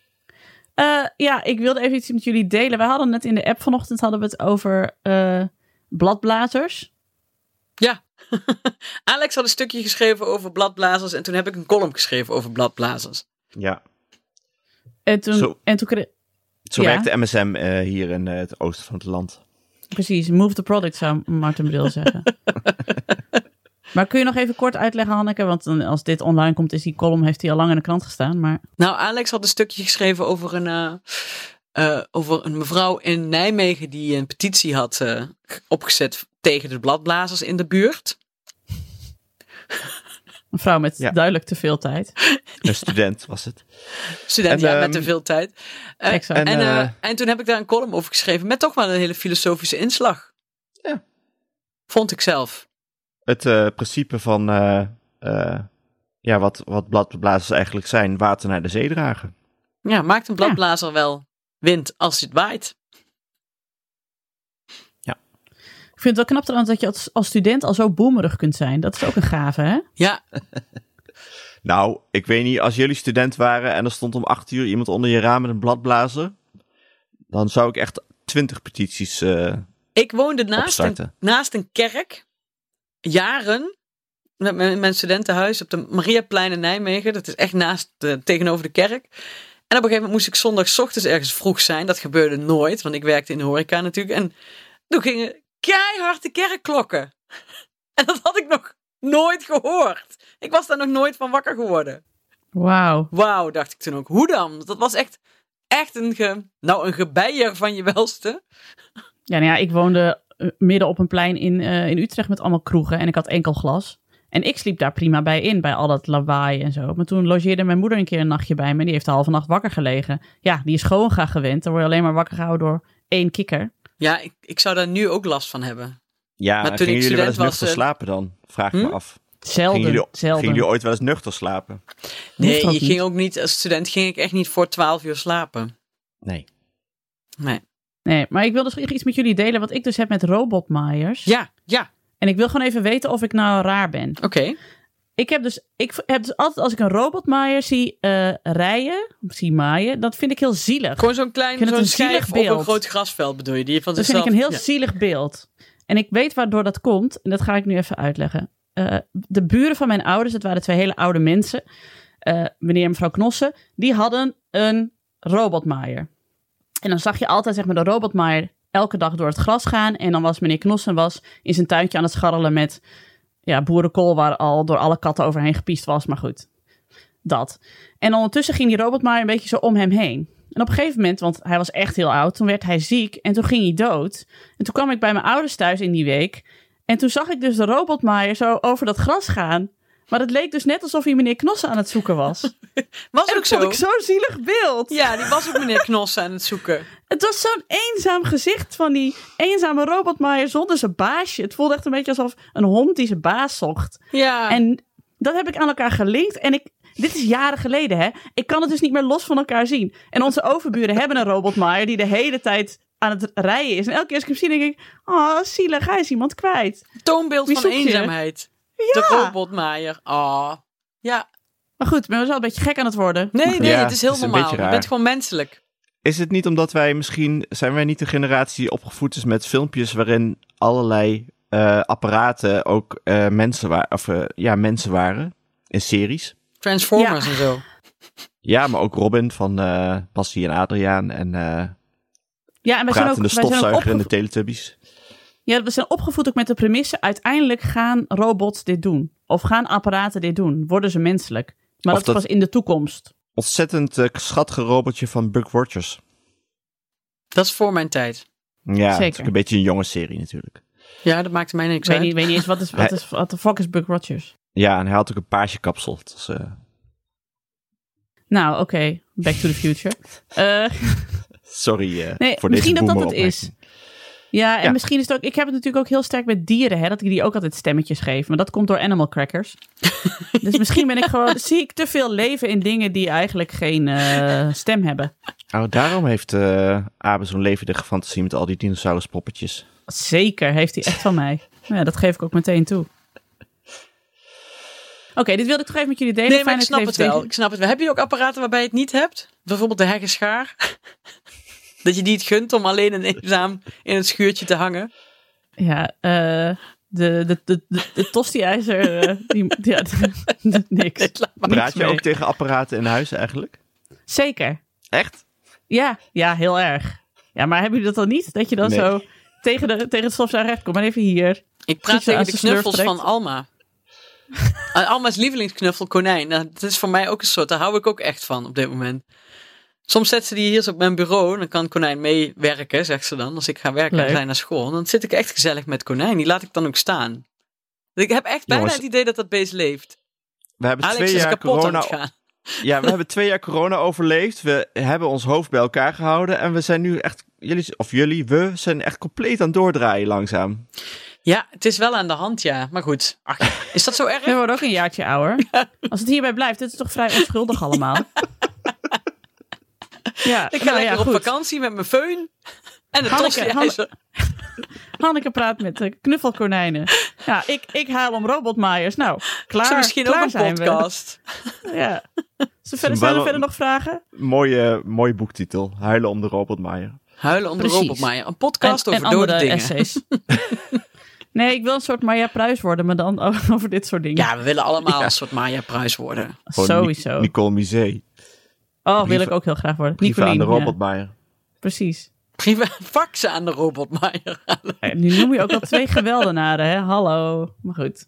[SPEAKER 1] Eh, ja, ik wilde even iets met jullie delen. We hadden net in de app vanochtend hadden we het over eh, bladblazers.
[SPEAKER 2] Ja. Alex had een stukje geschreven over bladblazers en toen heb ik een column geschreven over bladblazers.
[SPEAKER 3] Ja,
[SPEAKER 1] En toen,
[SPEAKER 3] Zo.
[SPEAKER 1] en toen kreeg
[SPEAKER 3] zo
[SPEAKER 1] Ja.
[SPEAKER 3] werkt de MSM eh, hier in eh, het oosten van het land.
[SPEAKER 1] Precies, move the product zou Martin Bril zeggen. maar kun je nog even kort uitleggen, Hanneke? Want dan, als dit online komt, is die column heeft hij al lang in de krant gestaan. Maar
[SPEAKER 2] Nou, Alex had een stukje geschreven over een, eh, eh, over een mevrouw in Nijmegen die een petitie had eh, opgezet tegen de bladblazers in de buurt.
[SPEAKER 1] een vrouw met
[SPEAKER 3] Ja.
[SPEAKER 1] duidelijk te veel tijd.
[SPEAKER 3] Een student was het.
[SPEAKER 2] Student,
[SPEAKER 3] En,
[SPEAKER 2] ja,
[SPEAKER 3] ehm,
[SPEAKER 2] met te veel tijd. Eh,
[SPEAKER 1] Exact.
[SPEAKER 2] en, eh,
[SPEAKER 3] eh,
[SPEAKER 2] en toen heb ik daar een column over geschreven met toch wel een hele filosofische inslag.
[SPEAKER 3] Ja.
[SPEAKER 2] Vond ik zelf.
[SPEAKER 3] het eh, principe van eh, eh, ja, wat, wat bladblazers eigenlijk zijn, water naar de zee dragen.
[SPEAKER 2] Ja, maakt een bladblazer wel wind als het waait.
[SPEAKER 1] Ik vind het wel knap trouwens dat je als, als student al zo boemerig kunt zijn. Dat is ook een gave, hè?
[SPEAKER 2] Ja,
[SPEAKER 3] Nou, ik weet niet, als jullie student waren en er stond om acht uur iemand onder je raam met een bladblazer, dan zou ik echt twintig petities eh,
[SPEAKER 2] ik woonde naast een
[SPEAKER 3] opstarten.
[SPEAKER 2] naast een kerk, jaren, met mijn, mijn studentenhuis op de Mariaplein in Nijmegen. Dat is echt naast de, tegenover de kerk. En op een gegeven moment moest ik zondagochtends ergens vroeg zijn. Dat gebeurde nooit, want ik werkte in de horeca natuurlijk. En toen gingen keihard de kerkklokken. En dat had ik nog nooit gehoord. Ik was daar nog nooit van wakker geworden.
[SPEAKER 1] Wauw.
[SPEAKER 2] Wauw, dacht ik toen ook. Hoe dan? Dat was echt, echt een, ge, nou, een gebeier van je welste.
[SPEAKER 1] Ja, nou ja, ik woonde eh, midden op een plein in, eh, in Utrecht met allemaal kroegen en ik had enkel glas. En ik sliep daar prima bij in, bij al dat lawaai en zo. Maar toen logeerde mijn moeder een keer een nachtje bij me en die heeft de halve nacht wakker gelegen. Ja, die is gewoon gaan gewend. Dan word je alleen maar wakker gehouden door één kikker.
[SPEAKER 2] Ja, ik, ik zou daar nu ook last van hebben.
[SPEAKER 3] Ja,
[SPEAKER 2] Maar toen
[SPEAKER 3] gingen
[SPEAKER 2] ik
[SPEAKER 3] jullie wel eens
[SPEAKER 2] student was,
[SPEAKER 3] nuchter
[SPEAKER 2] eh,
[SPEAKER 3] slapen dan? Vraag ik me
[SPEAKER 2] hm?
[SPEAKER 3] af.
[SPEAKER 1] Zelden,
[SPEAKER 3] Gingen jullie,
[SPEAKER 1] zelden.
[SPEAKER 3] gingen jullie ooit wel eens nuchter slapen?
[SPEAKER 2] Nee,
[SPEAKER 1] Hoeft ook
[SPEAKER 2] ik
[SPEAKER 1] niet.
[SPEAKER 2] ging ook niet, als student ging ik echt niet voor 12 uur slapen.
[SPEAKER 3] Nee.
[SPEAKER 2] Nee.
[SPEAKER 1] Nee, maar ik wil dus iets met jullie delen wat ik dus heb met robotmaaiers.
[SPEAKER 2] Ja, ja,
[SPEAKER 1] En ik wil gewoon even weten of ik nou raar ben.
[SPEAKER 2] oké.
[SPEAKER 1] Ik heb dus, ik v- heb dus altijd als ik een robotmaaier zie eh, rijden, zie maaien, dat vind ik heel zielig.
[SPEAKER 2] Gewoon zo'n
[SPEAKER 1] Ik
[SPEAKER 2] klein
[SPEAKER 1] vind het
[SPEAKER 2] zo'n
[SPEAKER 1] een zielig
[SPEAKER 2] schijf op een
[SPEAKER 1] beeld.
[SPEAKER 2] groot grasveld bedoel je. Die je van
[SPEAKER 1] Dat vind
[SPEAKER 2] zichzelf...
[SPEAKER 1] ik een heel
[SPEAKER 2] Ja.
[SPEAKER 1] zielig beeld. En ik weet waardoor dat komt. En dat ga ik nu even uitleggen. Eh, de buren van mijn ouders, dat waren twee hele oude mensen. eh, meneer en mevrouw Knossen. Die hadden een robotmaaier. En dan zag je altijd zeg maar, de robotmaaier elke dag door het gras gaan. En dan was meneer Knossen was in zijn tuintje aan het scharrelen met ja, boerenkool... waar al door alle katten overheen gepiest was. Maar goed, dat. En ondertussen ging die robotmaaier een beetje zo om hem heen. En op een gegeven moment, want hij was echt heel oud, toen werd hij ziek en toen ging hij dood. En toen kwam ik bij mijn ouders thuis in die week. En toen zag ik dus de robotmaaier zo over dat gras gaan. Maar het leek dus net alsof hij meneer Knossen aan het zoeken was.
[SPEAKER 2] Was
[SPEAKER 1] en
[SPEAKER 2] ook
[SPEAKER 1] dat
[SPEAKER 2] zo.
[SPEAKER 1] vond ik zo'n zielig beeld.
[SPEAKER 2] Ja, die was ook meneer Knossen aan het zoeken.
[SPEAKER 1] Het was zo'n eenzaam gezicht van die eenzame robotmaaier zonder zijn baasje. Het voelde echt een beetje alsof een hond die zijn baas zocht.
[SPEAKER 2] Ja.
[SPEAKER 1] En dat heb ik aan elkaar gelinkt. En ik, dit is jaren geleden, hè. Ik kan het dus niet meer los van elkaar zien. En onze overburen hebben een robotmaaier die de hele tijd aan het rijden is. En elke keer als ik hem zie, denk ik... Oh, zielig, hij is iemand kwijt.
[SPEAKER 2] toonbeeld
[SPEAKER 1] Wie
[SPEAKER 2] van
[SPEAKER 1] zoek je?
[SPEAKER 2] eenzaamheid. De robotmaaier. Ah. Ja.
[SPEAKER 1] Maar goed, ik ben wel een beetje gek aan het worden.
[SPEAKER 2] Nee, nee,
[SPEAKER 3] Ja,
[SPEAKER 2] het is heel
[SPEAKER 3] het is een
[SPEAKER 2] normaal.
[SPEAKER 3] beetje
[SPEAKER 2] Je
[SPEAKER 3] raar.
[SPEAKER 2] bent gewoon menselijk.
[SPEAKER 3] Is het niet omdat wij misschien, zijn wij niet de generatie die opgevoed is met filmpjes waarin allerlei eh, apparaten ook eh, mensen, wa of, eh, ja, mensen waren in series?
[SPEAKER 2] Transformers
[SPEAKER 1] Ja.
[SPEAKER 2] en zo.
[SPEAKER 3] Ja, maar ook Robin van eh Bassie en Adriaan en eh
[SPEAKER 1] Ja, en wij zijn ook,
[SPEAKER 3] pratende
[SPEAKER 1] wij zijn ook
[SPEAKER 3] stofzuiger en
[SPEAKER 1] opgevoed-
[SPEAKER 3] de Teletubbies.
[SPEAKER 1] Ja, we zijn opgevoed ook met de premisse. Uiteindelijk gaan robots dit doen. Of gaan apparaten dit doen. Worden ze menselijk. Maar dat
[SPEAKER 3] Of
[SPEAKER 1] is
[SPEAKER 3] dat-
[SPEAKER 1] pas in de toekomst.
[SPEAKER 3] Ontzettend eh, schattige robotje van Buck Rogers.
[SPEAKER 2] Dat is voor mijn tijd.
[SPEAKER 3] Ja, het is
[SPEAKER 1] Zeker.
[SPEAKER 3] ook een beetje een jonge serie natuurlijk.
[SPEAKER 2] Ja, dat maakte mij niks
[SPEAKER 1] Ik weet
[SPEAKER 2] uit.
[SPEAKER 1] niet, weet niet eens, wat, is, wat, is, wat de fuck is Buck Rogers?
[SPEAKER 3] Ja, en hij had ook een paarse kapsel. Dus, eh,
[SPEAKER 1] Nou, oké. Back to the future. Eh,
[SPEAKER 3] sorry eh,
[SPEAKER 1] nee,
[SPEAKER 3] voor deze
[SPEAKER 1] misschien dat dat het
[SPEAKER 3] boomeropmerking.
[SPEAKER 1] is. Ja, en
[SPEAKER 3] Ja.
[SPEAKER 1] misschien is het ook... Ik heb het natuurlijk ook heel sterk met dieren, hè. Dat ik die ook altijd stemmetjes geef. Maar dat komt door Animal Crackers. dus misschien ben ik gewoon... Zie ik te veel leven in dingen die eigenlijk geen eh, stem hebben.
[SPEAKER 3] Oh, daarom heeft eh Abe zo'n levendige fantasie met al die dinosauruspoppetjes.
[SPEAKER 1] Zeker, heeft hij echt van mij. Nou Ja, dat geef ik ook meteen toe. Oké, dit wilde ik toch even met jullie delen.
[SPEAKER 2] Nee, maar
[SPEAKER 1] Fijn
[SPEAKER 2] ik
[SPEAKER 1] dat
[SPEAKER 2] snap het
[SPEAKER 1] even
[SPEAKER 2] wel.
[SPEAKER 1] tegen-
[SPEAKER 2] Ik snap het wel. Heb je ook apparaten waarbij je het niet hebt? Bijvoorbeeld de heggenschaar. dat je die het gunt om alleen en eenzaam in het schuurtje te hangen.
[SPEAKER 1] Ja, eh, de, de, de, de, de tosti-ijzer, eh, die, ja, de- de- niks.
[SPEAKER 2] Dit laat maar.
[SPEAKER 1] Niets
[SPEAKER 3] Praat je
[SPEAKER 1] mee.
[SPEAKER 3] ook tegen apparaten in huis eigenlijk?
[SPEAKER 1] Zeker.
[SPEAKER 3] Echt?
[SPEAKER 1] Ja, ja, heel erg. Ja, maar hebben jullie dat dan niet? Dat je dan
[SPEAKER 3] Nee.
[SPEAKER 1] zo tegen, de, tegen het stofzuiger recht komt. Maar even hier.
[SPEAKER 2] Ik praat
[SPEAKER 1] Precies,
[SPEAKER 2] tegen
[SPEAKER 1] als
[SPEAKER 2] de
[SPEAKER 1] de snurf
[SPEAKER 2] knuffels
[SPEAKER 1] trekt.
[SPEAKER 2] van Alma. En Alma's lievelingsknuffel konijn. Nou, dat is voor mij ook een soort, daar hou ik ook echt van op dit moment. Soms zet ze die hier zo op mijn bureau en dan kan konijn meewerken, zegt ze dan. Als ik ga werken en
[SPEAKER 1] Leuk.
[SPEAKER 2] zij naar school, dan zit ik echt gezellig met konijn. Die laat ik dan ook staan. Ik heb echt bijna
[SPEAKER 3] Jongens.
[SPEAKER 2] het idee dat dat beest leeft.
[SPEAKER 3] We hebben
[SPEAKER 2] Alex
[SPEAKER 3] twee
[SPEAKER 2] is
[SPEAKER 3] jaar
[SPEAKER 2] kapot aan
[SPEAKER 3] corona.
[SPEAKER 2] het gaan.
[SPEAKER 3] Ja, we hebben twee jaar corona overleefd. We hebben ons hoofd bij elkaar gehouden. En we zijn nu echt. Jullie, of jullie, we zijn echt compleet aan het doordraaien langzaam.
[SPEAKER 2] Ja, het is wel aan de hand, ja. Maar goed, ach, is dat zo erg?
[SPEAKER 1] We worden ook een jaartje ouder. Als het hierbij blijft, dit is toch vrij onschuldig allemaal. Ja,
[SPEAKER 2] Ik ga
[SPEAKER 1] nou ja,
[SPEAKER 2] lekker op
[SPEAKER 1] goed.
[SPEAKER 2] vakantie met mijn föhn en het
[SPEAKER 1] Hanneke,
[SPEAKER 2] tosti
[SPEAKER 1] Hanneke praat met de knuffelkonijnen. Ja, ik, ik haal om robotmaaiers. Nou, klaar,
[SPEAKER 2] Zo misschien
[SPEAKER 1] klaar
[SPEAKER 2] ook een
[SPEAKER 1] zijn
[SPEAKER 2] podcast.
[SPEAKER 1] we. Ja. Ze
[SPEAKER 3] Wel-
[SPEAKER 1] verder, zijn er verder nog vragen?
[SPEAKER 3] Mooie, mooie boektitel: Huilen om de robotmaaier.
[SPEAKER 2] Huilen om de
[SPEAKER 1] Precies.
[SPEAKER 2] robotmaaier. Een podcast over dode
[SPEAKER 1] andere
[SPEAKER 2] dingen.
[SPEAKER 1] essays. nee, ik wil een soort Maya Pruis worden, maar dan o- over dit soort dingen.
[SPEAKER 2] Ja, we willen allemaal een soort Maya-prijs worden.
[SPEAKER 3] Gewoon Nic-
[SPEAKER 1] Sowieso.
[SPEAKER 3] Nicole Misé.
[SPEAKER 1] oh, wil
[SPEAKER 3] brieven-
[SPEAKER 1] ik ook heel graag worden.
[SPEAKER 3] Brieven aan de
[SPEAKER 1] Nicolien, ja,
[SPEAKER 3] robotmaaier.
[SPEAKER 1] precies.
[SPEAKER 2] Prima faxen aan de robotmaaier.
[SPEAKER 1] Ja, Nu noem je ook al twee geweldenaren, hè? Hallo. Maar goed.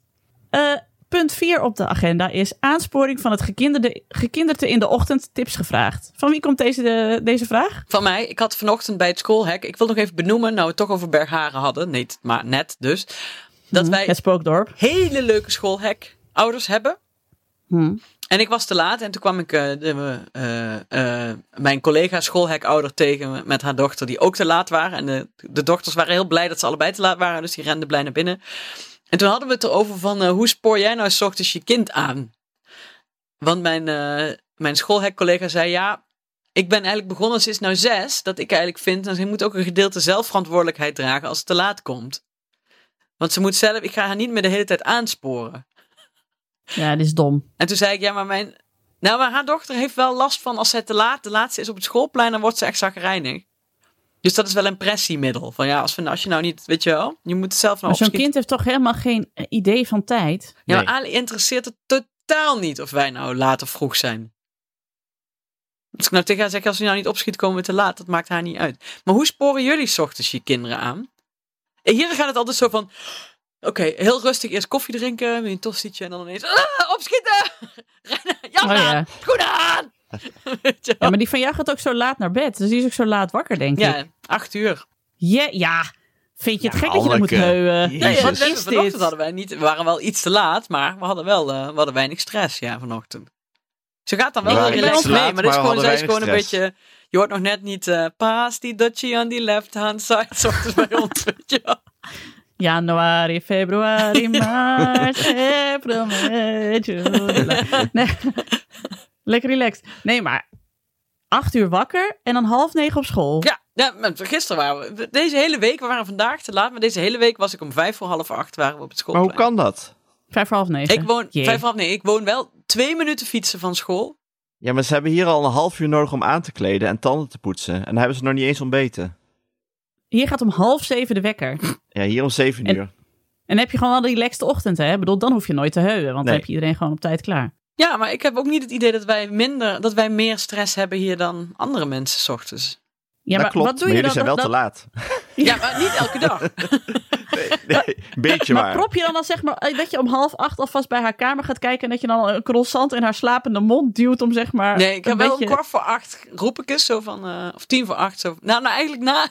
[SPEAKER 1] Eh, punt 4 op de agenda is aansporing van het gekinderde, gekinderte in de ochtend tips gevraagd. Van wie komt deze, de- deze vraag?
[SPEAKER 2] Van mij, ik had vanochtend bij het schoolhek... Ik wil nog even benoemen, nou we het toch over Bergharen hadden. Nee, t- maar net dus. Dat wij
[SPEAKER 1] Het Spookdorp.
[SPEAKER 2] hele leuke schoolhek ouders hebben.
[SPEAKER 1] Hm.
[SPEAKER 2] En ik was te laat en toen kwam ik eh, de, eh, eh, mijn collega schoolhekouder tegen met haar dochter, die ook te laat waren. En de, de dochters waren heel blij dat ze allebei te laat waren, dus die renden blij naar binnen. En toen hadden we het erover van, eh, hoe spoor jij nou 's ochtends je kind aan? Want mijn, eh mijn schoolhekcollega zei, ja, ik ben eigenlijk begonnen sinds nou zes, dat ik eigenlijk vind, dat ze moet ook een gedeelte zelfverantwoordelijkheid dragen als het te laat komt. Want ze moet zelf, ik ga haar niet meer de hele tijd aansporen.
[SPEAKER 1] Ja, dit is dom.
[SPEAKER 2] En toen zei ik, ja, maar mijn... Nou, maar haar dochter heeft wel last van als zij te laat, de laatste is op het schoolplein, dan wordt ze echt zakkerijnig. Dus dat is wel een pressiemiddel. Van ja, als, we, als je nou niet, weet je wel, je moet het zelf nou
[SPEAKER 1] Maar zo'n
[SPEAKER 2] opschieten.
[SPEAKER 1] kind heeft toch helemaal geen eh, idee van tijd?
[SPEAKER 2] Ja, maar
[SPEAKER 3] Nee.
[SPEAKER 2] Ali interesseert het totaal niet of wij nou laat of vroeg zijn. Als ik nou tegen haar zeg, als je nou niet opschiet, komen we te laat. Dat maakt haar niet uit. Maar hoe sporen jullie 's ochtends je kinderen aan? En Hier gaat het altijd zo van... Oké, heel rustig. Eerst koffie drinken, een tostietje en dan ineens... Ah, opschieten! Rennen, jas
[SPEAKER 1] Oh ja.
[SPEAKER 2] aan, schoenen aan! Weet je
[SPEAKER 1] Ja,
[SPEAKER 2] wel?
[SPEAKER 1] maar die van jou gaat ook zo laat naar bed. Dus die is ook zo laat wakker, denk ik.
[SPEAKER 2] Ja, acht uur.
[SPEAKER 1] Je- ja, Vind je het gek dat je dat moet
[SPEAKER 3] Anneke.
[SPEAKER 1] heuwen?
[SPEAKER 3] Jezus.
[SPEAKER 2] Nee,
[SPEAKER 1] Wat
[SPEAKER 2] want we hebben
[SPEAKER 1] is
[SPEAKER 2] vanochtend
[SPEAKER 1] dit?
[SPEAKER 2] hadden wij niet, we waren wel iets te laat, maar we hadden wel eh, we hadden weinig stress ja, vanochtend. Ze gaat dan wel
[SPEAKER 1] We
[SPEAKER 2] heel
[SPEAKER 1] waren iets te
[SPEAKER 2] relaxed mee,
[SPEAKER 3] laat,
[SPEAKER 2] maar dit is
[SPEAKER 3] maar we
[SPEAKER 2] gewoon, zij is
[SPEAKER 3] hadden
[SPEAKER 2] gewoon een
[SPEAKER 3] weinig
[SPEAKER 2] beetje... Je hoort nog net niet eh paas die Dutchie on die left-hand side, zoals bij ons, weet je wel.
[SPEAKER 1] Januari, februari, maart, april, mei, juli. Nee. Lekker relaxed. Nee, maar acht uur wakker en dan half negen op school.
[SPEAKER 2] Ja, ja, maar gisteren waren we... Deze hele week, we waren vandaag te laat, maar deze hele week was ik om vijf voor half acht waren we op het
[SPEAKER 3] Maar
[SPEAKER 2] schoolplein.
[SPEAKER 3] hoe kan dat?
[SPEAKER 1] Vijf voor half negen.
[SPEAKER 2] Ik woon,
[SPEAKER 1] Jee.
[SPEAKER 2] vijf voor half, nee, ik woon wel twee minuten fietsen van school.
[SPEAKER 3] Ja, maar ze hebben hier al een half uur nodig om aan te kleden en tanden te poetsen. En dan hebben ze nog niet eens ontbeten.
[SPEAKER 1] Hier gaat om half zeven de wekker.
[SPEAKER 3] Ja, hier om zeven
[SPEAKER 1] En-
[SPEAKER 3] uur.
[SPEAKER 1] En heb je gewoon wel een relaxed ochtend, hè? Ik bedoel, dan hoef je nooit te heuwen, want dan
[SPEAKER 3] Nee.
[SPEAKER 1] heb je iedereen gewoon op tijd klaar.
[SPEAKER 2] Ja, maar ik heb ook niet het idee dat wij minder, dat wij meer stress hebben hier dan andere mensen 's ochtends.
[SPEAKER 1] Ja,
[SPEAKER 3] dat klopt,
[SPEAKER 1] wat doe
[SPEAKER 3] maar
[SPEAKER 1] je dan?
[SPEAKER 3] jullie zijn wel
[SPEAKER 1] dat-
[SPEAKER 3] te laat.
[SPEAKER 2] Ja, maar niet elke dag.
[SPEAKER 3] Nee, nee, een beetje
[SPEAKER 1] Maar
[SPEAKER 3] waar.
[SPEAKER 1] prop je dan dan zeg maar eh, dat je om half acht alvast bij haar kamer gaat kijken en dat je dan een croissant in haar slapende mond duwt om zeg maar.
[SPEAKER 2] Nee, ik heb
[SPEAKER 1] een
[SPEAKER 2] wel
[SPEAKER 1] beetje-
[SPEAKER 2] een kwart voor acht roep ik eens zo van, eh, of tien voor acht zo. Nou, nou eigenlijk na.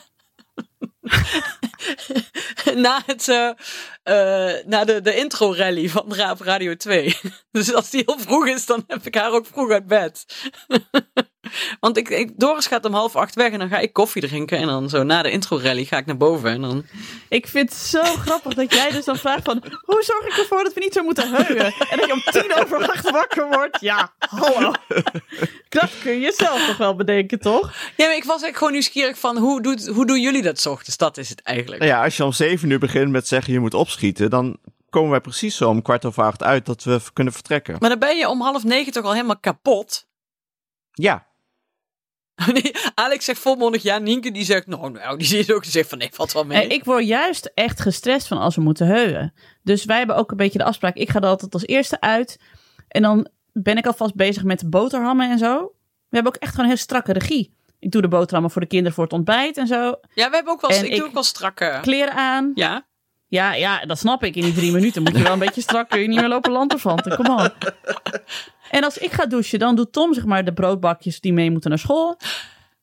[SPEAKER 2] na het, eh, eh, na de, de intro rally van Raap Radio 2. dus als die heel vroeg is, dan heb ik haar ook vroeg uit bed. Want ik, ik, Doris gaat om half acht weg en dan ga ik koffie drinken. En dan zo na de intro rally ga ik naar boven. En dan
[SPEAKER 1] Ik vind het zo grappig dat jij dus dan vraagt van... hoe zorg ik ervoor dat we niet zo moeten heuwen? En dat je om tien over acht wakker wordt. Ja, hallo. Dat kun je zelf toch wel bedenken, toch?
[SPEAKER 2] Ja, maar ik was eigenlijk gewoon nieuwsgierig van hoe, doet, hoe doen jullie dat 's ochtends? Dat is het eigenlijk.
[SPEAKER 3] Nou ja, als je om zeven uur begint met zeggen je moet opschieten, dan komen wij precies zo om kwart over acht uit dat we v- kunnen vertrekken.
[SPEAKER 2] Maar dan ben je om half negen toch al helemaal kapot.
[SPEAKER 3] Ja,
[SPEAKER 2] Nee, Alex zegt volmondig ja. Nienke die zegt, nou, nou die zit ook. Die zegt van nee, valt wel mee.
[SPEAKER 1] En ik word juist echt gestrest van als we moeten heuwen. Dus wij hebben ook een beetje de afspraak... ik ga er altijd als eerste uit. En dan ben ik alvast bezig met de boterhammen en zo. We hebben ook echt gewoon een heel strakke regie. Ik doe de boterhammen voor de kinderen voor het ontbijt en zo.
[SPEAKER 2] ja, we hebben ook wel,
[SPEAKER 1] en
[SPEAKER 2] ik,
[SPEAKER 1] ik-
[SPEAKER 2] doe ook wel strakke.
[SPEAKER 1] Kleren aan.
[SPEAKER 2] Ja.
[SPEAKER 1] Ja, ja, dat snap ik. In die drie minuten moet je wel een beetje strak. Kun je niet meer lopen lanterfanten. Kom op. En als ik ga douchen, dan doet Tom zeg maar de broodbakjes die mee moeten naar school.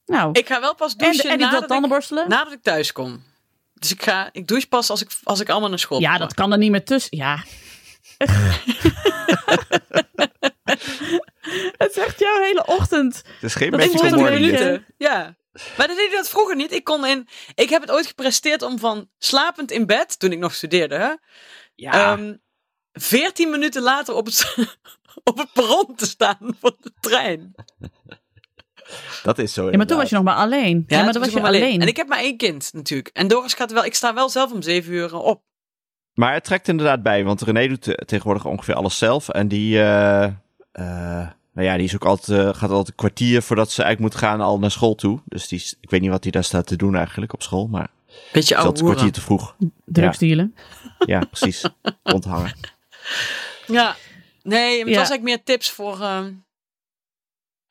[SPEAKER 1] Nou,
[SPEAKER 2] Ik ga wel pas
[SPEAKER 1] en,
[SPEAKER 2] douchen
[SPEAKER 1] en die wil
[SPEAKER 2] nadat,
[SPEAKER 1] tanden
[SPEAKER 2] ik,
[SPEAKER 1] borstelen.
[SPEAKER 2] nadat ik thuis kom. Dus ik, ga, ik douche pas als ik, als ik allemaal naar school
[SPEAKER 1] ja,
[SPEAKER 2] kom.
[SPEAKER 1] dat kan er niet meer tussen. Ja. Het zegt jouw hele ochtend.
[SPEAKER 3] het is geen
[SPEAKER 1] Dat
[SPEAKER 3] beetje
[SPEAKER 1] is
[SPEAKER 3] good
[SPEAKER 1] een
[SPEAKER 3] morning
[SPEAKER 1] minuut,
[SPEAKER 3] dit.
[SPEAKER 1] hè?
[SPEAKER 2] Ja. Maar dat deed ik dat vroeger niet. Ik kon in. Ik heb het ooit gepresteerd om van slapend in bed, toen ik nog studeerde, hè,
[SPEAKER 3] Ja.
[SPEAKER 2] ehm, 14 minuten later op het, op het perron te staan voor de trein.
[SPEAKER 3] Dat is zo
[SPEAKER 1] Ja, maar toen was je nog maar alleen. Ja, maar
[SPEAKER 2] toen
[SPEAKER 1] toen was
[SPEAKER 2] ik
[SPEAKER 1] je
[SPEAKER 2] nog maar
[SPEAKER 1] alleen.
[SPEAKER 2] En ik heb maar één kind natuurlijk. En Doris gaat wel. Ik sta wel zelf om 7 uur op.
[SPEAKER 3] Maar het trekt inderdaad bij, want René doet eh, tegenwoordig ongeveer alles zelf. En die, eh, eh, nou ja, die is ook altijd, eh, gaat altijd een kwartier voordat ze eigenlijk moet gaan al naar school toe. Dus die, is- ik weet niet wat hij daar staat te doen eigenlijk op school, maar het
[SPEAKER 2] Beetje
[SPEAKER 3] is altijd
[SPEAKER 2] oude
[SPEAKER 3] een kwartier
[SPEAKER 2] hoeren.
[SPEAKER 3] te vroeg.
[SPEAKER 1] Drugsdealen.
[SPEAKER 3] Ja, precies. Onthangen.
[SPEAKER 2] Ja. Nee, het
[SPEAKER 1] Ja.
[SPEAKER 2] was eigenlijk meer tips voor. ehm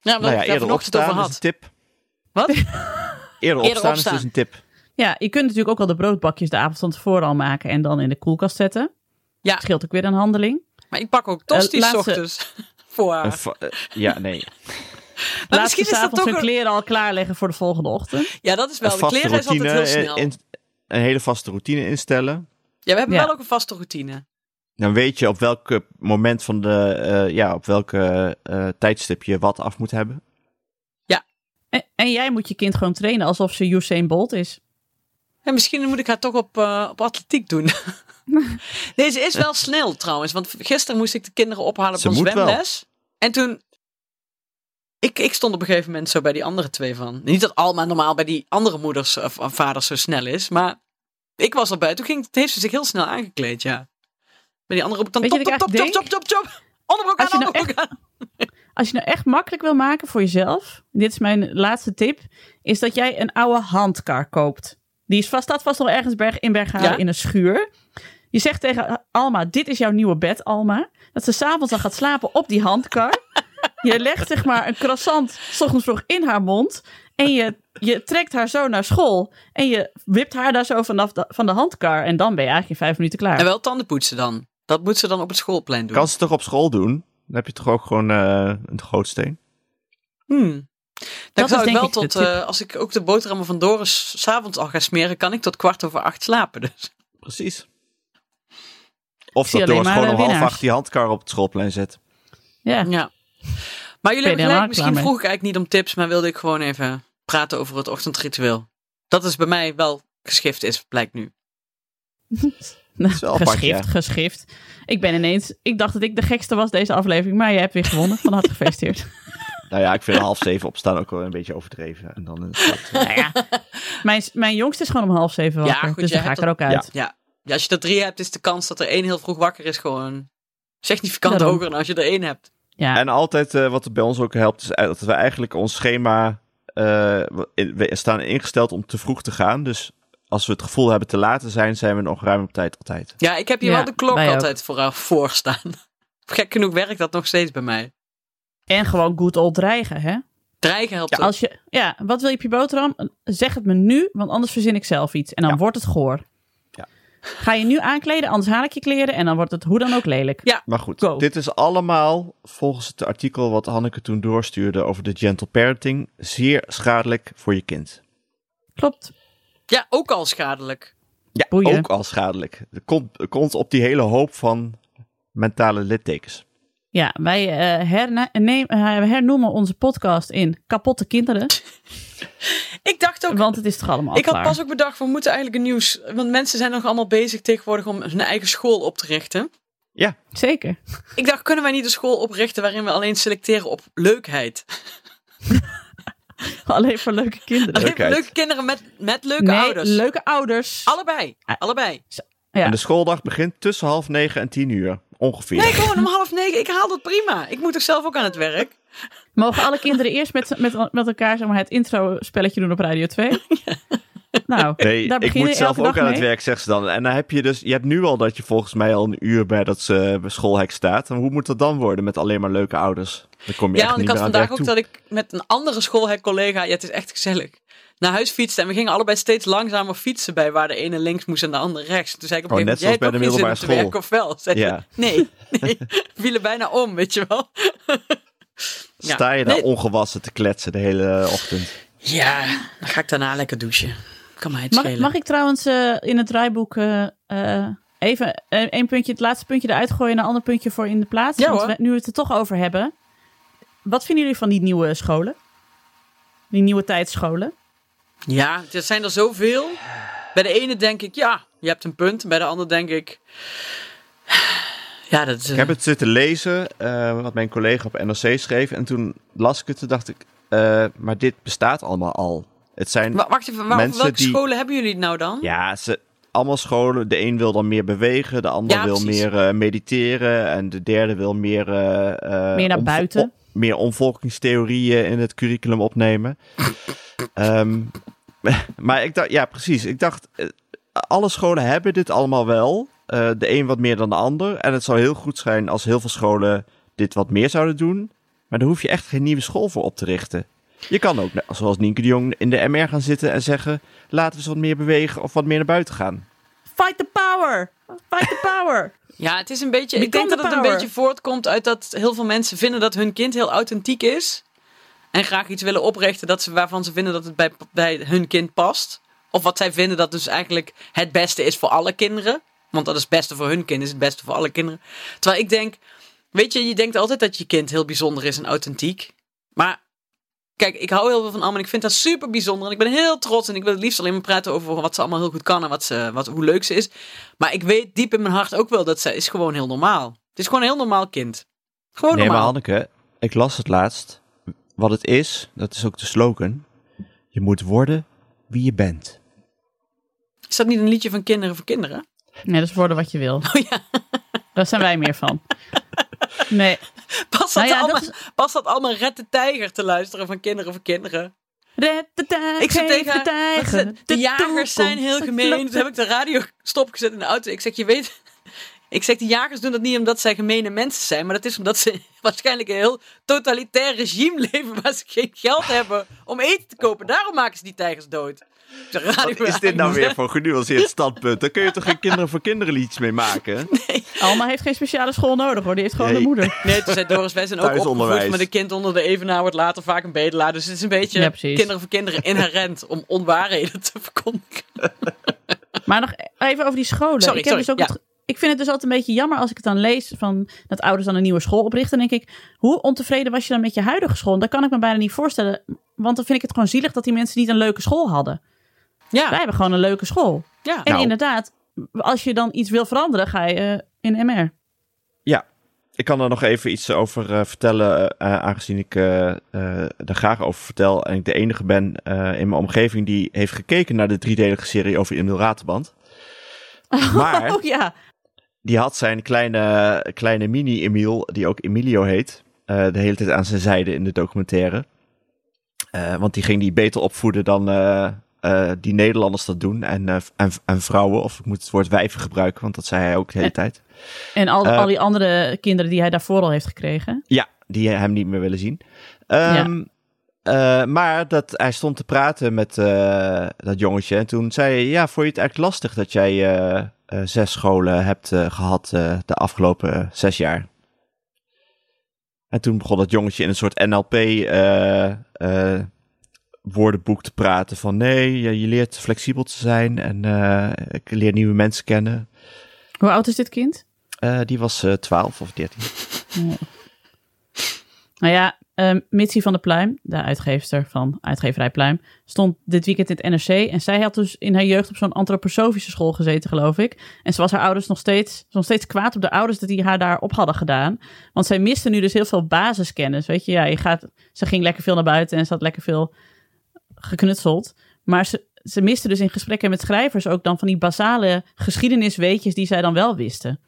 [SPEAKER 2] Ja, omdat
[SPEAKER 3] Nou ja,
[SPEAKER 2] ik daar
[SPEAKER 3] eerder
[SPEAKER 2] vanochtend over
[SPEAKER 3] opstaan is een
[SPEAKER 2] had.
[SPEAKER 3] tip.
[SPEAKER 2] Wat?
[SPEAKER 3] Eerder
[SPEAKER 2] Eerder
[SPEAKER 3] opstaan is
[SPEAKER 2] opstaan.
[SPEAKER 3] dus een tip.
[SPEAKER 1] Ja, je kunt natuurlijk ook al de broodbakjes de avond van tevoren al maken. En dan in de koelkast zetten.
[SPEAKER 2] Ja.
[SPEAKER 1] Scheelt ook weer een handeling.
[SPEAKER 2] Maar ik pak ook tosti's
[SPEAKER 1] Eh, laatste-
[SPEAKER 2] ochtends. Voor haar.
[SPEAKER 3] Een fa- eh, ja, nee.
[SPEAKER 2] Maar
[SPEAKER 1] Laat ze
[SPEAKER 2] misschien is dat
[SPEAKER 1] s'avonds
[SPEAKER 2] toch
[SPEAKER 1] hun
[SPEAKER 2] een,
[SPEAKER 1] kleren al klaarleggen voor de volgende ochtend.
[SPEAKER 2] Ja, dat is
[SPEAKER 3] Een
[SPEAKER 2] wel. De
[SPEAKER 3] vaste
[SPEAKER 2] kleren is altijd heel
[SPEAKER 3] routine.
[SPEAKER 2] snel.
[SPEAKER 3] eh, in- een hele vaste routine instellen.
[SPEAKER 2] Ja, we hebben
[SPEAKER 1] Ja.
[SPEAKER 2] wel ook een vaste routine.
[SPEAKER 3] Dan weet je op welk eh, moment van de, eh, ja, op welk eh, eh, tijdstip je wat af moet hebben.
[SPEAKER 1] En, en jij moet je kind gewoon trainen alsof ze Usain Bolt is.
[SPEAKER 2] En misschien moet ik haar toch op, eh, op atletiek doen. Deze is wel snel trouwens. Want gisteren moest ik de kinderen ophalen op
[SPEAKER 3] Ze
[SPEAKER 2] een
[SPEAKER 3] moet wel.
[SPEAKER 2] zwemles. En toen... Ik, ik stond op een gegeven moment zo bij die andere twee van. Niet dat Alma normaal bij die andere moeders of of vaders zo snel is. Maar ik was erbij. Toen ging, heeft ze zich heel snel aangekleed, ja. Bij die andere roep ik
[SPEAKER 1] Weet je wat
[SPEAKER 2] dan top,
[SPEAKER 1] ik
[SPEAKER 2] top, top,
[SPEAKER 1] eigenlijk
[SPEAKER 2] top, top, top. Onderbroek aan,
[SPEAKER 1] Als je nou
[SPEAKER 2] onderbroek aan.
[SPEAKER 1] Als je nou echt makkelijk wil maken voor jezelf, dit is mijn laatste tip, is dat jij een oude handkar koopt. Die is vast, staat vast nog ergens berg, in Bergharen
[SPEAKER 2] Ja.
[SPEAKER 1] in een schuur. Je zegt tegen Alma, dit is jouw nieuwe bed, Alma. Dat ze s'avonds dan gaat slapen op die handkar. Je legt zeg maar een croissant, s ochtends vroeg, in haar mond. En je, je trekt haar zo naar school. En je wipt haar daar zo vanaf de, van de handkar. En dan ben je eigenlijk in vijf minuten klaar.
[SPEAKER 2] En wel tanden poetsen dan. Dat moet ze dan op het schoolplein doen.
[SPEAKER 3] Kan ze toch op school doen? Dan heb je toch ook gewoon eh, een gootsteen?
[SPEAKER 2] Hmm. Dan
[SPEAKER 1] is
[SPEAKER 2] zou ik
[SPEAKER 1] denk
[SPEAKER 2] wel
[SPEAKER 1] ik de
[SPEAKER 2] tot,
[SPEAKER 1] tip.
[SPEAKER 2] eh, als ik ook de boterhammen van Doris s'avonds al ga smeren, kan ik tot kwart over acht slapen. Dus.
[SPEAKER 3] Precies. Of
[SPEAKER 1] zie
[SPEAKER 3] dat
[SPEAKER 1] alleen
[SPEAKER 3] Doris
[SPEAKER 1] maar,
[SPEAKER 3] gewoon
[SPEAKER 1] eh,
[SPEAKER 3] om half
[SPEAKER 1] winnaars.
[SPEAKER 3] acht die handkar op het schoolplein zet.
[SPEAKER 1] Ja.
[SPEAKER 2] Ja. Maar jullie
[SPEAKER 1] Ben je
[SPEAKER 2] hebben
[SPEAKER 1] helemaal klaar
[SPEAKER 2] gelijk, misschien
[SPEAKER 1] mee?
[SPEAKER 2] vroeg ik eigenlijk niet om tips, maar wilde ik gewoon even praten over het ochtendritueel. Dat is bij mij wel geschift is, blijkt nu.
[SPEAKER 1] Nou,
[SPEAKER 3] is wel apart,
[SPEAKER 1] geschift,
[SPEAKER 3] ja.
[SPEAKER 1] geschift. Ik ben ineens... Ik dacht dat ik de gekste was deze aflevering, maar je hebt weer gewonnen. Van harte gefeliciteerd.
[SPEAKER 3] Nou ja, ik vind half zeven opstaan ook wel een beetje overdreven. En dan, eh, dat-
[SPEAKER 1] nou ja, mijn, mijn jongste is gewoon om half zeven wakker,
[SPEAKER 2] goed,
[SPEAKER 1] dus
[SPEAKER 2] jij
[SPEAKER 1] dan ga ik
[SPEAKER 2] hebt
[SPEAKER 1] er ook uit.
[SPEAKER 2] Ja. ja, als je er drie hebt, is de kans dat er één heel vroeg wakker is gewoon significant
[SPEAKER 1] Daarom.
[SPEAKER 2] hoger dan als je er één hebt.
[SPEAKER 1] Ja.
[SPEAKER 3] en altijd eh, wat er bij ons ook helpt, is e- dat we eigenlijk ons schema... eh, we- we staan ingesteld om te vroeg te gaan. Dus als we het gevoel hebben te laat te zijn, zijn we nog ruim op tijd altijd.
[SPEAKER 2] Ja, ik heb hier
[SPEAKER 1] Ja,
[SPEAKER 2] wel de klok
[SPEAKER 1] wij ook.
[SPEAKER 2] altijd voor, eh, voor staan. Gek genoeg werkt dat nog steeds bij mij.
[SPEAKER 1] En gewoon good old dreigen, hè?
[SPEAKER 2] Dreigen helpt ook.
[SPEAKER 1] Als je, ja, wat wil je op je boterham? Zeg het me nu, want anders verzin ik zelf iets. En dan
[SPEAKER 3] Ja.
[SPEAKER 1] wordt het goor.
[SPEAKER 3] Ja.
[SPEAKER 1] Ga je nu aankleden, anders haal ik je kleren. En dan wordt het hoe dan ook lelijk.
[SPEAKER 2] Ja.
[SPEAKER 3] Maar goed,
[SPEAKER 1] Go.
[SPEAKER 3] dit is allemaal volgens het artikel wat Hanneke toen doorstuurde over de gentle parenting zeer schadelijk voor je kind.
[SPEAKER 1] Klopt.
[SPEAKER 2] Ja, ook al schadelijk.
[SPEAKER 3] Ja,
[SPEAKER 1] Boeien.
[SPEAKER 3] ook al schadelijk. Het komt, het komt op die hele hoop van mentale littekens.
[SPEAKER 1] Ja, wij eh, herne- neem- eh, hernoemen onze podcast in Kapotte Kinderen.
[SPEAKER 2] Ik dacht ook,
[SPEAKER 1] Want het is toch allemaal
[SPEAKER 2] ik had
[SPEAKER 1] klaar.
[SPEAKER 2] pas ook bedacht, we moeten eigenlijk een nieuws... Want mensen zijn nog allemaal bezig tegenwoordig om hun eigen school op te richten.
[SPEAKER 3] Ja,
[SPEAKER 1] Zeker.
[SPEAKER 2] Ik dacht, kunnen wij niet een school oprichten waarin we alleen selecteren op leukheid?
[SPEAKER 1] Alleen voor leuke kinderen.
[SPEAKER 2] Alleen
[SPEAKER 3] Leukheid.
[SPEAKER 2] leuke kinderen met, met leuke
[SPEAKER 1] nee,
[SPEAKER 2] ouders.
[SPEAKER 1] leuke ouders.
[SPEAKER 2] Allebei, allebei.
[SPEAKER 1] Ja.
[SPEAKER 3] en de schooldag begint tussen half negen en tien uur, ongeveer.
[SPEAKER 2] Nee, gewoon om half negen. Ik haal dat prima. Ik moet toch zelf ook aan het werk?
[SPEAKER 1] Mogen alle kinderen eerst met, met, met elkaar zeg maar, het intro-spelletje doen op Radio 2? Nou,
[SPEAKER 3] Nee,
[SPEAKER 1] daar
[SPEAKER 3] ik
[SPEAKER 1] beginnen
[SPEAKER 3] moet zelf
[SPEAKER 1] elke
[SPEAKER 3] ook
[SPEAKER 1] dag
[SPEAKER 3] aan
[SPEAKER 1] mee.
[SPEAKER 3] het werk, zegt ze dan. En dan heb je dus, je hebt nu al dat je volgens mij al een uur bij dat eh, schoolhek staat. En hoe moet dat dan worden met alleen maar leuke ouders? Dan kom je
[SPEAKER 2] Ja,
[SPEAKER 3] echt
[SPEAKER 2] want ik had
[SPEAKER 3] niet meer aan het
[SPEAKER 2] vandaag
[SPEAKER 3] werk
[SPEAKER 2] ook
[SPEAKER 3] toe.
[SPEAKER 2] dat ik met een andere schoolhek-collega, ja, het is echt gezellig, naar huis fietste. En we gingen allebei steeds langzamer fietsen bij waar de ene links moest en de andere rechts. Toen zei ik op een
[SPEAKER 3] Oh,
[SPEAKER 2] gegeven
[SPEAKER 3] net
[SPEAKER 2] moment, jij hebt ook
[SPEAKER 3] zoals
[SPEAKER 2] geen zin
[SPEAKER 3] bij
[SPEAKER 2] om te werken
[SPEAKER 3] de
[SPEAKER 2] of wel? Zei ze,
[SPEAKER 3] Ja.
[SPEAKER 2] nee, nee, vielen bijna om, weet je wel. Ja.
[SPEAKER 3] Sta je daar
[SPEAKER 2] Nee.
[SPEAKER 3] ongewassen te kletsen de hele ochtend?
[SPEAKER 2] Ja, dan ga ik daarna lekker douchen. Kan mij het
[SPEAKER 1] Mag,
[SPEAKER 2] schelen.
[SPEAKER 1] mag ik trouwens eh, in het draaiboek eh, eh, even eh, één puntje, het laatste puntje eruit gooien en een ander puntje voor in de plaats?
[SPEAKER 2] Ja,
[SPEAKER 1] want
[SPEAKER 2] hoor.
[SPEAKER 1] we, nu we het er toch over hebben. Wat vinden jullie van die nieuwe scholen? Die nieuwe tijdscholen?
[SPEAKER 2] Ja, er zijn er zoveel. Bij de ene denk ik, ja, je hebt een punt. Bij de ander denk ik... Ja, dat is... eh,
[SPEAKER 3] Ik heb het zitten lezen, eh, wat mijn collega op NRC schreef. En toen las ik het en dacht ik, eh, maar dit bestaat allemaal al. Het zijn
[SPEAKER 2] Wacht even, waar,
[SPEAKER 3] mensen
[SPEAKER 2] welke
[SPEAKER 3] die-
[SPEAKER 2] scholen hebben jullie het nou dan?
[SPEAKER 3] Ja, ze, allemaal scholen. De een wil dan meer bewegen, de ander
[SPEAKER 2] Ja,
[SPEAKER 3] wil
[SPEAKER 2] precies.
[SPEAKER 3] meer eh, mediteren. En de derde wil meer... eh, eh,
[SPEAKER 1] Meer naar
[SPEAKER 3] omvo-
[SPEAKER 1] buiten.
[SPEAKER 3] o- meer omvolkingstheorieën in het curriculum opnemen. Ehm, maar ik dacht, ja precies. Ik dacht, eh, alle scholen hebben dit allemaal wel. Eh, de een wat meer dan de ander. En het zou heel goed zijn als heel veel scholen dit wat meer zouden doen. Maar daar hoef je echt geen nieuwe school voor op te richten. Je kan ook, net zoals Nienke de Jong, in de MR gaan zitten en zeggen... laten we eens wat meer bewegen of wat meer naar buiten gaan.
[SPEAKER 1] Fight the power! Fight the power!
[SPEAKER 2] Ja, het is een beetje.
[SPEAKER 1] Become
[SPEAKER 2] ik denk
[SPEAKER 1] the
[SPEAKER 2] dat het een
[SPEAKER 1] power.
[SPEAKER 2] beetje voortkomt uit dat heel veel mensen vinden dat hun kind heel authentiek is. En graag iets willen oprichten dat ze, waarvan ze vinden dat het bij, bij hun kind past. Of wat zij vinden dat dus eigenlijk het beste is voor alle kinderen. Want dat is het beste voor hun kind, is het beste voor alle kinderen. Terwijl ik denk, weet je, je denkt altijd dat je kind heel bijzonder is en authentiek. Maar kijk, ik hou heel veel van Am en ik vind dat super bijzonder. En ik ben heel trots en ik wil het liefst alleen maar praten over wat ze allemaal heel goed kan en wat ze, wat, hoe leuk ze is. Maar ik weet diep in mijn hart ook wel dat zij is gewoon heel normaal. Het is gewoon een heel normaal kind. Gewoon
[SPEAKER 3] Nee, maar
[SPEAKER 2] Oh, normaal.
[SPEAKER 3] Hanneke, ik las het laatst. Wat het is, dat is ook de slogan. Je moet worden wie je bent.
[SPEAKER 2] Is dat niet een liedje van kinderen voor kinderen?
[SPEAKER 1] Nee, dat is worden wat je wil. Daar zijn wij meer van. Nee,
[SPEAKER 2] Pas dat,
[SPEAKER 1] Nou ja, dat
[SPEAKER 2] allemaal, pas dat allemaal Red de Tijger te luisteren van kinderen voor kinderen?
[SPEAKER 1] Red de tijger,
[SPEAKER 2] Ik zei tegen
[SPEAKER 1] de
[SPEAKER 2] haar,
[SPEAKER 1] tijger.
[SPEAKER 2] de, jagers zijn heel gemeen. Toen heb ik de radio stopgezet in de auto. Ik zeg, je weet, Ik zeg, die jagers doen dat niet omdat zij gemene mensen zijn, maar dat is omdat ze waarschijnlijk een heel totalitair regime leven waar ze geen geld hebben om eten te kopen. Daarom maken ze die tijgers dood. Ik zeg, raar,
[SPEAKER 3] Wat is dit nou
[SPEAKER 2] raar.
[SPEAKER 3] weer voor genuanceerd standpunt? Daar kun je toch geen kinderen voor kinderen liedjes mee maken?
[SPEAKER 1] Alma heeft geen speciale school nodig hoor. Die heeft gewoon
[SPEAKER 3] Nee.
[SPEAKER 1] de moeder.
[SPEAKER 2] Nee, toen zei Doris, wij zijn ook opgevoed,
[SPEAKER 3] Thuisonderwijs.
[SPEAKER 2] maar de kind onder de evenaar wordt later vaak een bedelaar. Dus het is een beetje
[SPEAKER 1] Ja, precies.
[SPEAKER 2] kinderen voor kinderen inherent om onwaarheden te verkondigen.
[SPEAKER 1] Maar nog even over die scholen.
[SPEAKER 2] Sorry,
[SPEAKER 1] ik, heb
[SPEAKER 2] sorry,
[SPEAKER 1] dus ook
[SPEAKER 2] ja.
[SPEAKER 1] het ge- ik vind het dus altijd een beetje jammer als ik het dan lees van dat ouders dan een nieuwe school oprichten. Dan denk ik, hoe ontevreden was je dan met je huidige school? Dat kan ik me bijna niet voorstellen. Want dan vind ik het gewoon zielig dat die mensen niet een leuke school hadden. Wij
[SPEAKER 2] Ja,
[SPEAKER 1] hebben gewoon een leuke school.
[SPEAKER 2] ja.
[SPEAKER 1] En
[SPEAKER 3] Nou.
[SPEAKER 1] inderdaad, als je dan iets wil veranderen, ga je eh, in MR.
[SPEAKER 3] Ja, ik kan er nog even iets over eh, vertellen, eh, aangezien ik eh, eh, er graag over vertel. En ik de enige ben eh, in mijn omgeving die heeft gekeken naar de driedelige serie over Emil Raterband. Maar
[SPEAKER 1] Oh ja.
[SPEAKER 3] die had zijn kleine, kleine mini-Emiel, die ook Emilio heet, eh, de hele tijd aan zijn zijde in de documentaire. Eh, want die ging die beter opvoeden dan eh, eh, die Nederlanders dat doen. En, eh, en, en vrouwen, of ik moet het woord wijven gebruiken, want dat zei hij ook de hele tijd.
[SPEAKER 1] En al,
[SPEAKER 3] Eh,
[SPEAKER 1] al die andere kinderen die hij daarvoor al heeft gekregen.
[SPEAKER 3] Ja, die hem niet meer willen zien. Ehm, eh, maar dat, hij stond te praten met eh, dat jongetje. En toen zei hij, ja, vond je het echt lastig dat jij eh, eh, zes scholen hebt eh, gehad eh, de afgelopen eh, zes jaar? En toen begon dat jongetje in een soort NLP eh, eh, woordenboek te praten van nee, je, je leert flexibel te zijn en eh, ik leer nieuwe mensen kennen.
[SPEAKER 1] Hoe oud is dit kind?
[SPEAKER 3] Eh, die was eh 12 of 13.
[SPEAKER 1] Nou ja, ehm Mitsi van der Pluim, de uitgeefster van uitgeverij Pluim, stond dit weekend in het NRC. En zij had dus in haar jeugd op zo'n antroposofische school gezeten, geloof ik. En ze was haar ouders nog steeds, ze was nog steeds kwaad op de ouders dat die haar daar op hadden gedaan. Want zij miste nu dus heel veel basiskennis. Weet je, ja, je gaat, ze ging lekker veel naar buiten en ze had lekker veel geknutseld. Maar ze, ze miste dus in gesprekken met schrijvers ook dan van die basale geschiedenisweetjes die zij dan wel wisten.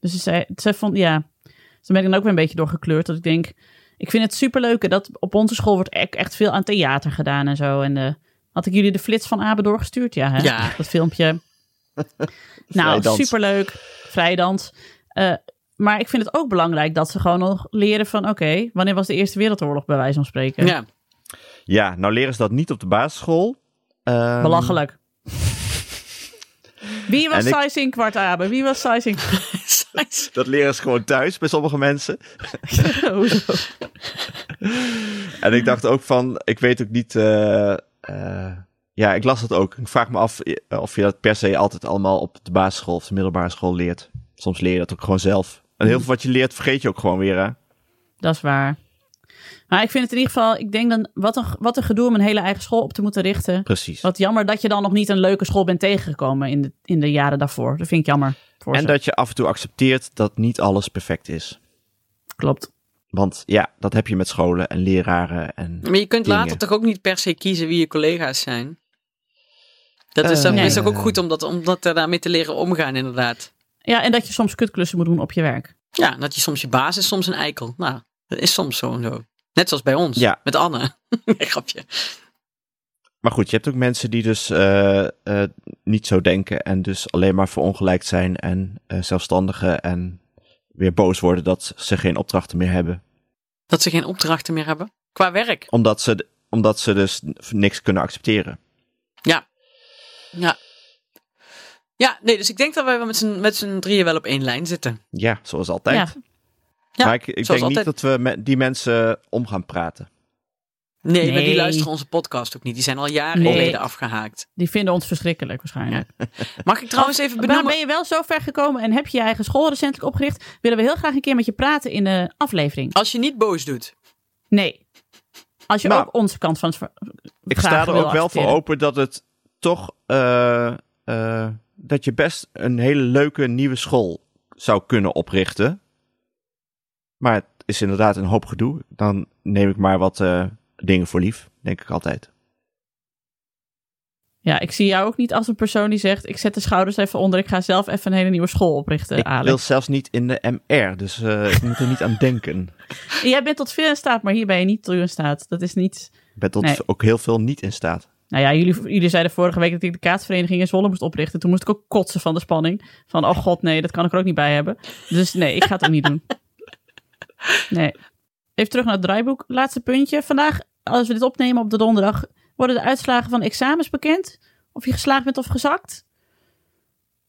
[SPEAKER 1] Dus ze, zei, ze vond, ja, dus daar ben ik dan ook weer een beetje door gekleurd. Dat ik denk, ik vind het superleuk dat op onze school wordt e- echt veel aan theater gedaan en zo. En eh, had ik jullie de flits van Abe doorgestuurd? Ja, hè?
[SPEAKER 2] Ja.
[SPEAKER 1] dat filmpje. nou,
[SPEAKER 3] Vrijdans.
[SPEAKER 1] superleuk. Vrijdans. Eh, maar ik vind het ook belangrijk dat ze gewoon nog leren van... oké, wanneer was de Eerste Wereldoorlog bij wijze van spreken?
[SPEAKER 2] ja.
[SPEAKER 3] Ja, nou leren ze dat niet op de basisschool. Ehm,
[SPEAKER 1] Belachelijk. Wie was
[SPEAKER 3] En ik-
[SPEAKER 1] Sizing kwart Abe? Wie was Sizing?
[SPEAKER 3] Dat leren ze gewoon thuis bij sommige mensen.
[SPEAKER 1] Hoezo?
[SPEAKER 3] En ik dacht ook van, ik weet ook niet. eh, eh, ja, ik las dat ook. Ik vraag me af eh, of je dat per se altijd allemaal op de basisschool of de middelbare school leert. Soms leer je dat ook gewoon zelf. En heel veel wat je leert vergeet je ook gewoon weer. Hè?
[SPEAKER 1] Dat is waar. Maar ik vind het in ieder geval... Ik denk dan, wat een, wat een gedoe om een hele eigen school op te moeten richten.
[SPEAKER 3] Precies.
[SPEAKER 1] Wat jammer dat je dan nog niet een leuke school bent tegengekomen in de, in de jaren daarvoor. Dat vind ik jammer. Voor
[SPEAKER 3] En
[SPEAKER 1] ze.
[SPEAKER 3] dat je af en toe accepteert dat niet alles perfect is.
[SPEAKER 1] Klopt.
[SPEAKER 3] Want ja, dat heb je met scholen en leraren. En
[SPEAKER 2] Maar je kunt later
[SPEAKER 3] dingen.
[SPEAKER 2] toch ook niet per se kiezen wie je collega's zijn. Dat is,
[SPEAKER 3] Eh,
[SPEAKER 2] dan
[SPEAKER 1] nee.
[SPEAKER 2] is ook, ook goed om dat, om dat eh, daarmee te leren omgaan, inderdaad.
[SPEAKER 1] Ja, en dat je soms kutklussen moet doen op je werk.
[SPEAKER 2] Ja, dat je soms je baas is, soms een eikel. Nou, dat is soms zo en zo. Net zoals bij ons,
[SPEAKER 3] Ja.
[SPEAKER 2] met Anne. Nee, Grapje.
[SPEAKER 3] Maar goed, je hebt ook mensen die dus eh, eh, niet zo denken en dus alleen maar verongelijkt zijn en eh zelfstandigen en weer boos worden dat ze geen opdrachten meer hebben.
[SPEAKER 2] Dat ze geen opdrachten meer hebben. Qua werk.
[SPEAKER 3] Omdat ze, d- omdat ze dus n- niks kunnen accepteren.
[SPEAKER 2] Ja. Ja. Ja, nee, dus ik denk dat wij wel met z'n- met z'n drieën wel op één lijn zitten.
[SPEAKER 3] Ja, zoals altijd.
[SPEAKER 1] Ja.
[SPEAKER 2] Ja,
[SPEAKER 3] maar ik, ik denk
[SPEAKER 2] zoals
[SPEAKER 3] niet
[SPEAKER 2] altijd.
[SPEAKER 3] dat we met die mensen om gaan praten.
[SPEAKER 2] Nee, maar die
[SPEAKER 1] Nee.
[SPEAKER 2] luisteren onze podcast ook niet. Die zijn al jaren
[SPEAKER 1] Nee.
[SPEAKER 2] geleden afgehaakt.
[SPEAKER 1] Die vinden ons verschrikkelijk waarschijnlijk.
[SPEAKER 2] Mag ik trouwens even
[SPEAKER 1] Maar
[SPEAKER 2] benoemen...
[SPEAKER 1] ben je wel zo ver gekomen en heb je je eigen school recentelijk opgericht? Willen we heel graag een keer met je praten in de aflevering.
[SPEAKER 2] Als je niet boos doet.
[SPEAKER 1] Nee. Als je
[SPEAKER 3] Nou,
[SPEAKER 1] ook onze kant van het ver-
[SPEAKER 3] Ik
[SPEAKER 1] graag
[SPEAKER 3] sta er
[SPEAKER 1] wil
[SPEAKER 3] ook wel voor
[SPEAKER 1] accepteren.
[SPEAKER 3] open dat het toch eh, eh, dat je best een hele leuke nieuwe school zou kunnen oprichten. Maar het is inderdaad een hoop gedoe. Dan neem ik maar wat eh, dingen voor lief, denk ik altijd.
[SPEAKER 1] Ja, ik zie jou ook niet als een persoon die zegt... ik zet de schouders even onder, ik ga zelf even een hele nieuwe school oprichten,
[SPEAKER 3] ik
[SPEAKER 1] Eh, Alex.
[SPEAKER 3] wil zelfs niet in de MR, dus eh, ik moet er niet aan denken.
[SPEAKER 1] Jij bent tot veel in staat, maar hier ben je niet toe in staat. Dat is niet...
[SPEAKER 3] Ik ben tot
[SPEAKER 1] Nee.
[SPEAKER 3] ook heel veel niet in staat.
[SPEAKER 1] Nou ja, jullie, jullie zeiden vorige week dat ik de kaatsvereniging in Zwolle moest oprichten. Toen moest ik ook kotsen van de spanning. Van, oh god, nee, dat kan ik er ook niet bij hebben. Dus nee, ik ga het ook niet doen. Nee. Even terug naar het draaiboek. Laatste puntje. Vandaag, als we dit opnemen op de donderdag, worden de uitslagen van examens bekend. Of je geslaagd bent of gezakt.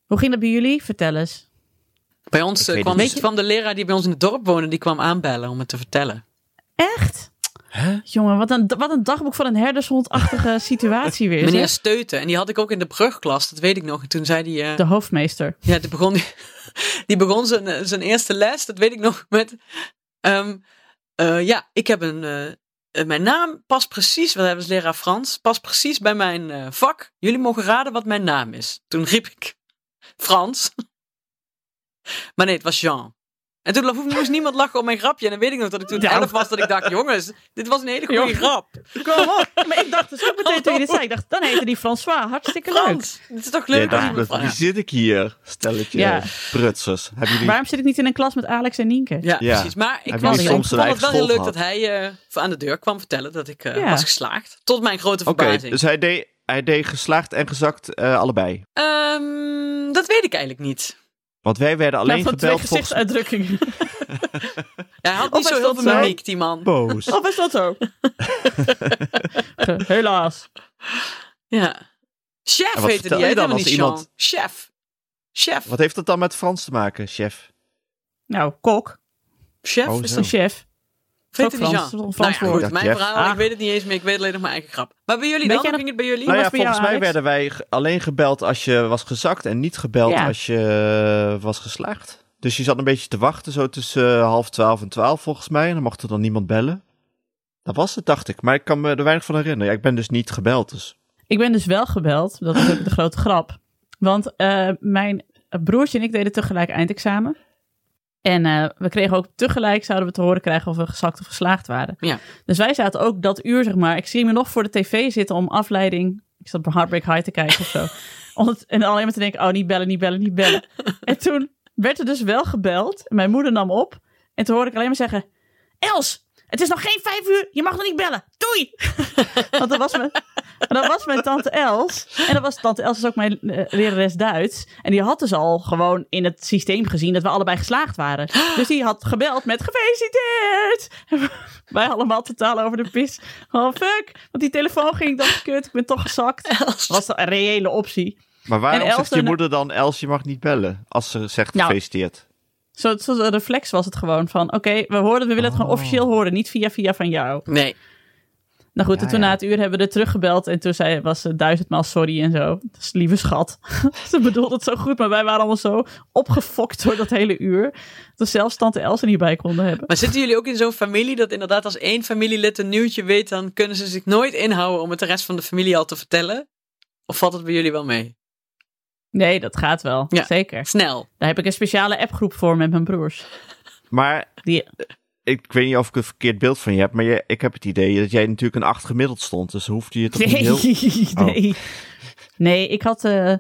[SPEAKER 1] Hoe ging dat bij jullie? Vertel eens.
[SPEAKER 2] Bij ons eh,
[SPEAKER 3] weet
[SPEAKER 2] kwam,
[SPEAKER 3] het niet.
[SPEAKER 2] kwam de leraar die bij ons in het dorp woonde, die kwam aanbellen om het te vertellen.
[SPEAKER 1] Echt? Jongen, wat een, wat een dagboek van een herdershondachtige situatie weer.
[SPEAKER 2] Meneer
[SPEAKER 1] zeg.
[SPEAKER 2] Steuten, en die had ik ook in de brugklas, dat weet ik nog. En toen zei die, eh,
[SPEAKER 1] De hoofdmeester.
[SPEAKER 2] ja, die begon, die begon zijn, eh, zijn eerste les, dat weet ik nog, met, ehm, eh, ja, ik heb een, eh, eh, mijn naam past precies, wat hebben ze leraar Frans, past precies bij mijn eh, vak. Jullie mogen raden wat mijn naam is. Toen riep ik, Frans. Maar nee, het was Jean. En toen hoef- moest niemand lachen om mijn grapje. En dan weet ik nog dat ik toen
[SPEAKER 1] Nou.
[SPEAKER 2] elf was, dat ik dacht, jongens, dit was een hele goede
[SPEAKER 1] Jongen.
[SPEAKER 2] grap.
[SPEAKER 1] Kom op. Maar ik dacht dus ook meteen toen je dit zei. Ik dacht, dan heette die François. Hartstikke leuk.
[SPEAKER 2] Frans, dit is toch leuk?
[SPEAKER 3] Ja,
[SPEAKER 2] als
[SPEAKER 3] dat-
[SPEAKER 2] iemand
[SPEAKER 3] wie
[SPEAKER 2] vraagt.
[SPEAKER 3] zit ik hier? Stelletje
[SPEAKER 1] Ja.
[SPEAKER 3] prutsers. Hebben jullie...
[SPEAKER 1] Waarom zit ik niet in een klas met Alex en Nienke? Nou,
[SPEAKER 2] Ja,
[SPEAKER 3] Ja.
[SPEAKER 2] precies. Maar ik,
[SPEAKER 3] Heb
[SPEAKER 2] was,
[SPEAKER 1] jullie
[SPEAKER 2] ik
[SPEAKER 1] soms
[SPEAKER 2] vond
[SPEAKER 3] een
[SPEAKER 2] het wel
[SPEAKER 3] eigen
[SPEAKER 2] heel leuk
[SPEAKER 3] golf
[SPEAKER 2] dat hij eh, aan de deur kwam vertellen dat ik eh,
[SPEAKER 1] Ja.
[SPEAKER 2] was geslaagd. Tot mijn grote
[SPEAKER 3] Oké,
[SPEAKER 2] verbazing.
[SPEAKER 3] dus hij deed, hij deed geslaagd en gezakt eh, allebei.
[SPEAKER 2] Ehm, dat weet ik eigenlijk niet.
[SPEAKER 3] Want wij werden
[SPEAKER 1] Nou,
[SPEAKER 3] alleen
[SPEAKER 1] van twee
[SPEAKER 3] gebeld volgens
[SPEAKER 1] gezichtsuitdrukkingen.
[SPEAKER 2] Ja, hij had niet
[SPEAKER 1] is
[SPEAKER 2] zo heel
[SPEAKER 1] dat
[SPEAKER 2] veel
[SPEAKER 1] zo?
[SPEAKER 2] mimiek, die man.
[SPEAKER 3] boos.
[SPEAKER 1] Of is dat zo? Helaas.
[SPEAKER 2] Ja.
[SPEAKER 3] En
[SPEAKER 2] Chef
[SPEAKER 3] wat
[SPEAKER 2] heette
[SPEAKER 3] vertel
[SPEAKER 2] die,
[SPEAKER 3] je
[SPEAKER 2] hè?
[SPEAKER 3] dan
[SPEAKER 2] helemaal
[SPEAKER 3] als
[SPEAKER 2] niet
[SPEAKER 3] iemand-
[SPEAKER 2] Jean. Chef. Chef.
[SPEAKER 3] Wat heeft dat dan met Frans te maken, chef?
[SPEAKER 1] Nou, kok.
[SPEAKER 2] Chef
[SPEAKER 3] Oh,
[SPEAKER 2] is dat
[SPEAKER 3] zo.
[SPEAKER 1] Een chef.
[SPEAKER 2] Heette
[SPEAKER 1] Ook
[SPEAKER 2] die
[SPEAKER 1] Frans,
[SPEAKER 2] Jean?
[SPEAKER 1] Frans
[SPEAKER 2] nou ja,
[SPEAKER 1] woord.
[SPEAKER 2] goed, mijn
[SPEAKER 3] Chef.
[SPEAKER 2] verhaal,
[SPEAKER 1] Ah.
[SPEAKER 2] ik weet het niet eens meer. Ik weet alleen nog mijn eigen grap. Maar bij jullie
[SPEAKER 1] Weet jij
[SPEAKER 2] dan? Hoe
[SPEAKER 1] nog-
[SPEAKER 2] ging het bij jullie?
[SPEAKER 1] Hoe
[SPEAKER 3] Nou ja,
[SPEAKER 1] was het bij jou,
[SPEAKER 3] volgens
[SPEAKER 1] Alex?
[SPEAKER 3] mij werden wij ge- alleen gebeld als je was gezakt en niet gebeld
[SPEAKER 1] Ja.
[SPEAKER 3] als je eh, was geslaagd. Dus je zat een beetje te wachten, zo tussen eh, half twaalf en twaalf volgens mij. En dan mocht er dan niemand bellen. Dat was het, dacht ik. Maar ik kan me er weinig van herinneren. Ja, ik ben dus niet gebeld, dus...
[SPEAKER 1] Ik ben dus wel gebeld. Dat is ook de grote grap. Want eh, mijn broertje en ik deden tegelijk eindexamen. En eh, we kregen ook tegelijk, zouden we te horen krijgen of we gezakt of geslaagd waren.
[SPEAKER 2] Ja.
[SPEAKER 1] Dus wij zaten ook dat uur, zeg maar. Ik zie me nog voor de tv zitten om afleiding. Ik zat bij Heartbreak High te kijken of zo. Om het- en alleen maar te denken, oh, niet bellen, niet bellen, niet bellen. En toen werd er dus wel gebeld. Mijn moeder nam op. En toen hoorde ik alleen maar zeggen, Els, het is nog geen vijf uur. Je mag nog niet bellen. Doei! Want dat was mijn, dat was mijn tante Els. En dat was tante Els is ook mijn eh, lerares Duits. En die had dus al gewoon in het systeem gezien dat we allebei geslaagd waren. Dus die had gebeld met gefeliciteerd. Wij allemaal totaal over de pis. Oh fuck, want die telefoon ging dan kut. Ik ben toch gezakt.
[SPEAKER 3] Nou
[SPEAKER 1] Was dat een reële optie.
[SPEAKER 3] Maar waarom
[SPEAKER 1] En Els
[SPEAKER 3] zegt je
[SPEAKER 1] dan-
[SPEAKER 3] moeder dan, Els, je mag niet bellen? Als ze zegt
[SPEAKER 1] Nou.
[SPEAKER 3] gefeliciteerd.
[SPEAKER 1] Zo- Zo'n reflex was het gewoon van, oké, we horen, het, we willen het
[SPEAKER 3] Oh.
[SPEAKER 1] gewoon officieel horen. Niet via via van jou.
[SPEAKER 2] Nee.
[SPEAKER 1] Nou goed,
[SPEAKER 3] Ja,
[SPEAKER 1] en toen
[SPEAKER 3] ja.
[SPEAKER 1] na het uur hebben we er teruggebeld. En toen zei, was ze duizendmaal sorry en zo. Dat is lieve schat. ze bedoelde het zo goed, maar wij waren allemaal zo opgefokt door dat hele uur. Dat zelfs tante Els er niet bij konden hebben.
[SPEAKER 2] Maar zitten jullie ook in zo'n familie dat inderdaad als één familielid een nieuwtje weet, dan kunnen ze zich nooit inhouden om het de rest van de familie al te vertellen? Of valt het bij jullie wel mee?
[SPEAKER 1] Nee, dat gaat wel.
[SPEAKER 2] Ja.
[SPEAKER 1] Zeker.
[SPEAKER 2] Snel.
[SPEAKER 1] Daar heb ik een speciale appgroep voor met mijn broers.
[SPEAKER 3] Maar
[SPEAKER 1] Die...
[SPEAKER 3] ik, ik weet niet of ik een verkeerd beeld van je heb, maar je, ik heb het idee dat jij natuurlijk een acht gemiddeld stond. Dus hoefde je toch niet
[SPEAKER 1] Nee,
[SPEAKER 3] heel...
[SPEAKER 1] nee. Nee, ik had... eh,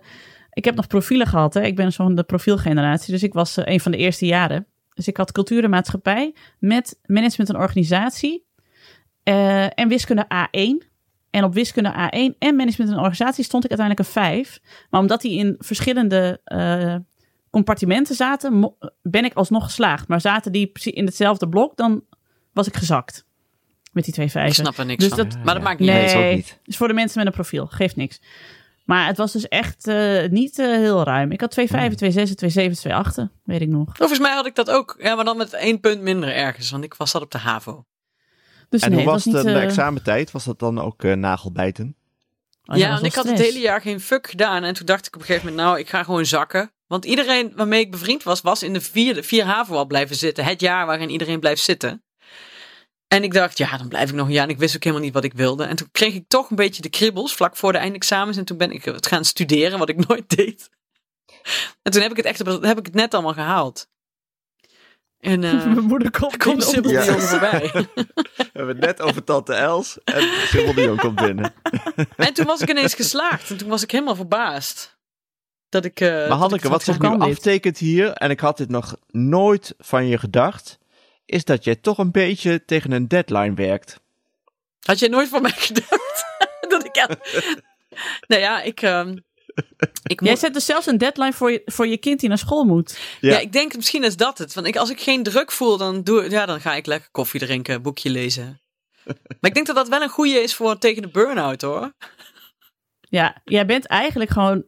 [SPEAKER 1] ik heb nog profielen gehad. Hè. Ik ben zo'n de profielgeneratie. Dus ik was eh, een van de eerste jaren. Dus ik had cultuur en maatschappij met management en organisatie. eh, en wiskunde A1. En op wiskunde A1 en management en organisatie stond ik uiteindelijk een 5. Maar omdat die in verschillende eh, compartimenten zaten, mo- ben ik alsnog geslaagd. Maar zaten die precies in hetzelfde blok, dan was ik gezakt. Met die twee
[SPEAKER 2] Ik
[SPEAKER 1] vijven.
[SPEAKER 2] snap er niks
[SPEAKER 1] Dus
[SPEAKER 2] van.
[SPEAKER 1] dat-
[SPEAKER 2] maar dat maakt niet
[SPEAKER 1] Nee.
[SPEAKER 2] uit.
[SPEAKER 3] dat is ook niet.
[SPEAKER 1] Dus voor de mensen met een profiel, geeft niks. Maar het was dus echt eh, niet eh, heel ruim. Ik had twee
[SPEAKER 3] Hmm.
[SPEAKER 1] vijven, twee zessen, twee zevens, twee achten, weet ik nog.
[SPEAKER 2] Volgens mij had ik dat ook. Ja, maar dan met één punt minder ergens. Want ik was dat op de HAVO.
[SPEAKER 1] Dus
[SPEAKER 3] En
[SPEAKER 1] nee,
[SPEAKER 3] hoe
[SPEAKER 1] het
[SPEAKER 3] was de
[SPEAKER 1] was niet, eh,
[SPEAKER 3] examentijd? Was dat dan ook eh, nagelbijten?
[SPEAKER 1] oh, dat
[SPEAKER 2] ja,
[SPEAKER 1] was
[SPEAKER 2] want
[SPEAKER 1] wel
[SPEAKER 2] ik had het
[SPEAKER 1] stress.
[SPEAKER 2] hele jaar geen fuck gedaan. En toen dacht ik op een gegeven moment, nou, ik ga gewoon zakken. Want iedereen waarmee ik bevriend was, was in de vierde, vier HAVO al blijven zitten. Het jaar waarin iedereen blijft zitten. En ik dacht, ja, dan blijf ik nog een jaar. En ik wist ook helemaal niet wat ik wilde. En toen kreeg ik toch een beetje de kribbels vlak voor de eindexamens. En toen ben ik het gaan studeren, wat ik nooit deed. En toen heb ik het echt, heb ik het net allemaal gehaald. En eh
[SPEAKER 1] Mijn moeder komt
[SPEAKER 2] komt
[SPEAKER 1] binnen om
[SPEAKER 2] simpel
[SPEAKER 1] de-
[SPEAKER 2] de
[SPEAKER 3] Ja.
[SPEAKER 2] jongen voorbij.
[SPEAKER 3] We hebben het net over tante Els en Sibyl de Jong komt
[SPEAKER 1] Eh,
[SPEAKER 3] binnen.
[SPEAKER 2] En toen was ik ineens geslaagd. En toen was ik helemaal verbaasd. Dat ik. eh,
[SPEAKER 3] Maar
[SPEAKER 2] dat
[SPEAKER 3] Hanneke,
[SPEAKER 2] het
[SPEAKER 3] wat
[SPEAKER 2] had
[SPEAKER 3] zich nu
[SPEAKER 1] kan dit?
[SPEAKER 3] aftekent hier, en ik had dit nog nooit van je gedacht, is dat jij toch een beetje tegen een deadline werkt.
[SPEAKER 2] Had jij nooit van mij gedacht dat ik ken. Nou ja, ik, ehm, ik
[SPEAKER 1] Jij
[SPEAKER 2] moet-
[SPEAKER 1] zet dus zelfs een deadline voor je, voor je kind die naar school moet.
[SPEAKER 2] Ja.
[SPEAKER 3] Ja.
[SPEAKER 2] ik denk misschien is dat het. Want ik, als ik geen druk voel, dan, doe, ja, dan ga ik lekker koffie drinken, boekje lezen. Maar ik denk dat dat wel een goede is voor tegen de burn-out hoor.
[SPEAKER 1] Ja, jij bent eigenlijk gewoon...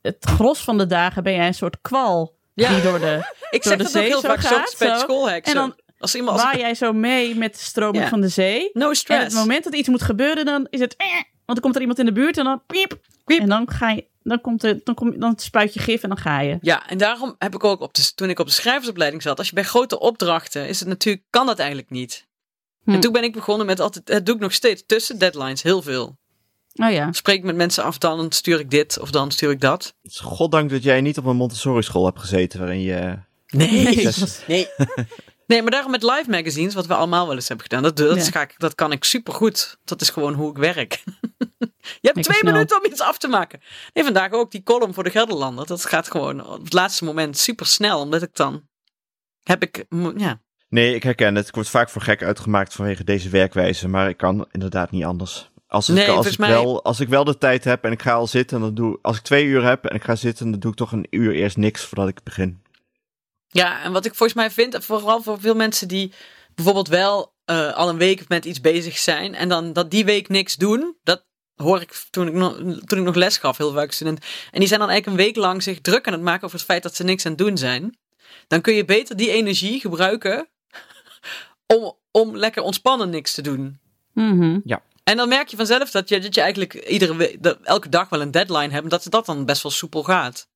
[SPEAKER 1] Het gros van de dagen ben jij een soort kwal
[SPEAKER 2] Ja.
[SPEAKER 1] die door de... Door
[SPEAKER 2] Ik zeg
[SPEAKER 1] de
[SPEAKER 2] dat ook
[SPEAKER 1] zee
[SPEAKER 2] heel
[SPEAKER 1] zo
[SPEAKER 2] vaak zo
[SPEAKER 1] gaat,
[SPEAKER 2] bij
[SPEAKER 1] zo.
[SPEAKER 2] schoolhek.
[SPEAKER 1] En
[SPEAKER 2] zo.
[SPEAKER 1] dan
[SPEAKER 2] als iemand als
[SPEAKER 1] Waar jij zo mee met de stroming
[SPEAKER 2] Ja.
[SPEAKER 1] van de zee.
[SPEAKER 2] no
[SPEAKER 1] En op het
[SPEAKER 2] stress.
[SPEAKER 1] moment dat iets moet gebeuren, dan is het... eh, want dan komt er iemand in de buurt en dan... Piep,
[SPEAKER 2] Piep.
[SPEAKER 1] En dan, ga je, dan, komt er, dan, kom, dan spuit je gif en dan ga je.
[SPEAKER 2] Ja, en daarom heb ik ook op de, toen ik op de schrijversopleiding zat, als je bij grote opdrachten is het natuurlijk kan dat eigenlijk niet.
[SPEAKER 1] Hm.
[SPEAKER 2] En toen ben ik begonnen met altijd, dat doe ik nog steeds tussen deadlines heel veel.
[SPEAKER 1] Oh ja.
[SPEAKER 2] Spreek ik met mensen af, dan stuur ik dit of dan stuur ik dat.
[SPEAKER 3] Het is goddank dat jij niet op een Montessori-school hebt gezeten waarin je...
[SPEAKER 2] Nee.
[SPEAKER 3] Zes-
[SPEAKER 2] Nee. Nee, maar daarom met live magazines, wat we allemaal wel eens hebben gedaan, dat, dat,
[SPEAKER 1] Ja.
[SPEAKER 2] ga ik, dat kan ik supergoed. Dat is gewoon hoe ik werk. Je hebt
[SPEAKER 1] Lekker
[SPEAKER 2] twee
[SPEAKER 1] snel.
[SPEAKER 2] minuten om iets af te maken. Nee, vandaag ook die column voor de Gelderlander. Dat gaat gewoon op het laatste moment super snel, omdat ik dan heb ik, mo- ja,
[SPEAKER 3] Nee, ik herken het. Ik word vaak voor gek uitgemaakt vanwege deze werkwijze, maar ik kan inderdaad niet anders. Als,
[SPEAKER 2] Nee,
[SPEAKER 3] ik, als,
[SPEAKER 2] volgens
[SPEAKER 3] ik
[SPEAKER 2] mij-
[SPEAKER 3] wel, als ik wel de tijd heb en ik ga al zitten, dan doe als ik twee uur heb en ik ga zitten, dan doe ik toch een uur eerst niks voordat ik begin.
[SPEAKER 2] Ja, en wat ik volgens mij vind, vooral voor veel mensen die bijvoorbeeld wel eh, al een week met iets bezig zijn en dan dat die week niks doen, dat hoor ik toen ik, nog, toen ik nog les gaf, heel vaak studenten. En die zijn dan eigenlijk een week lang zich druk aan het maken over het feit dat ze niks aan het doen zijn. Dan kun je beter die energie gebruiken om, om lekker ontspannen niks te doen.
[SPEAKER 1] Mhm.
[SPEAKER 2] En dan merk je vanzelf dat je, dat je eigenlijk iedere we- dat elke dag wel een deadline hebt. En dat dat dan best wel soepel gaat.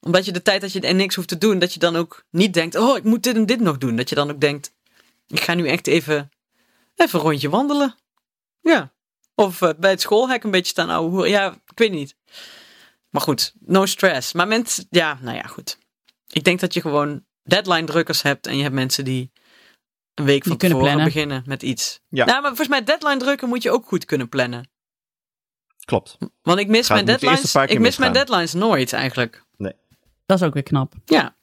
[SPEAKER 2] Omdat je de tijd dat je er niks hoeft te doen, dat je dan ook niet denkt: oh, ik moet dit en dit nog doen. Dat je dan ook denkt: ik ga nu echt even, even een rondje wandelen. Ja. Of eh, bij het schoolhek een beetje staan ouwe hoeren. Ja, ik weet niet. Maar goed, no stress. Maar mensen, ja, nou ja, goed. Ik denk dat je gewoon deadline drukkers hebt. En je hebt mensen die een week van
[SPEAKER 1] Die kunnen
[SPEAKER 2] tevoren
[SPEAKER 1] plannen.
[SPEAKER 2] beginnen met iets.
[SPEAKER 3] Ja.
[SPEAKER 2] Nou, maar volgens mij deadline drukken moet je ook goed kunnen plannen.
[SPEAKER 3] Klopt.
[SPEAKER 2] Want ik mis
[SPEAKER 3] Gaat-
[SPEAKER 2] mijn
[SPEAKER 3] moet de eerste
[SPEAKER 2] deadlines.
[SPEAKER 3] paar keer
[SPEAKER 2] Ik mis mijn
[SPEAKER 3] misgaan.
[SPEAKER 2] deadlines nooit eigenlijk.
[SPEAKER 1] Dat is ook weer knap.
[SPEAKER 2] Ja.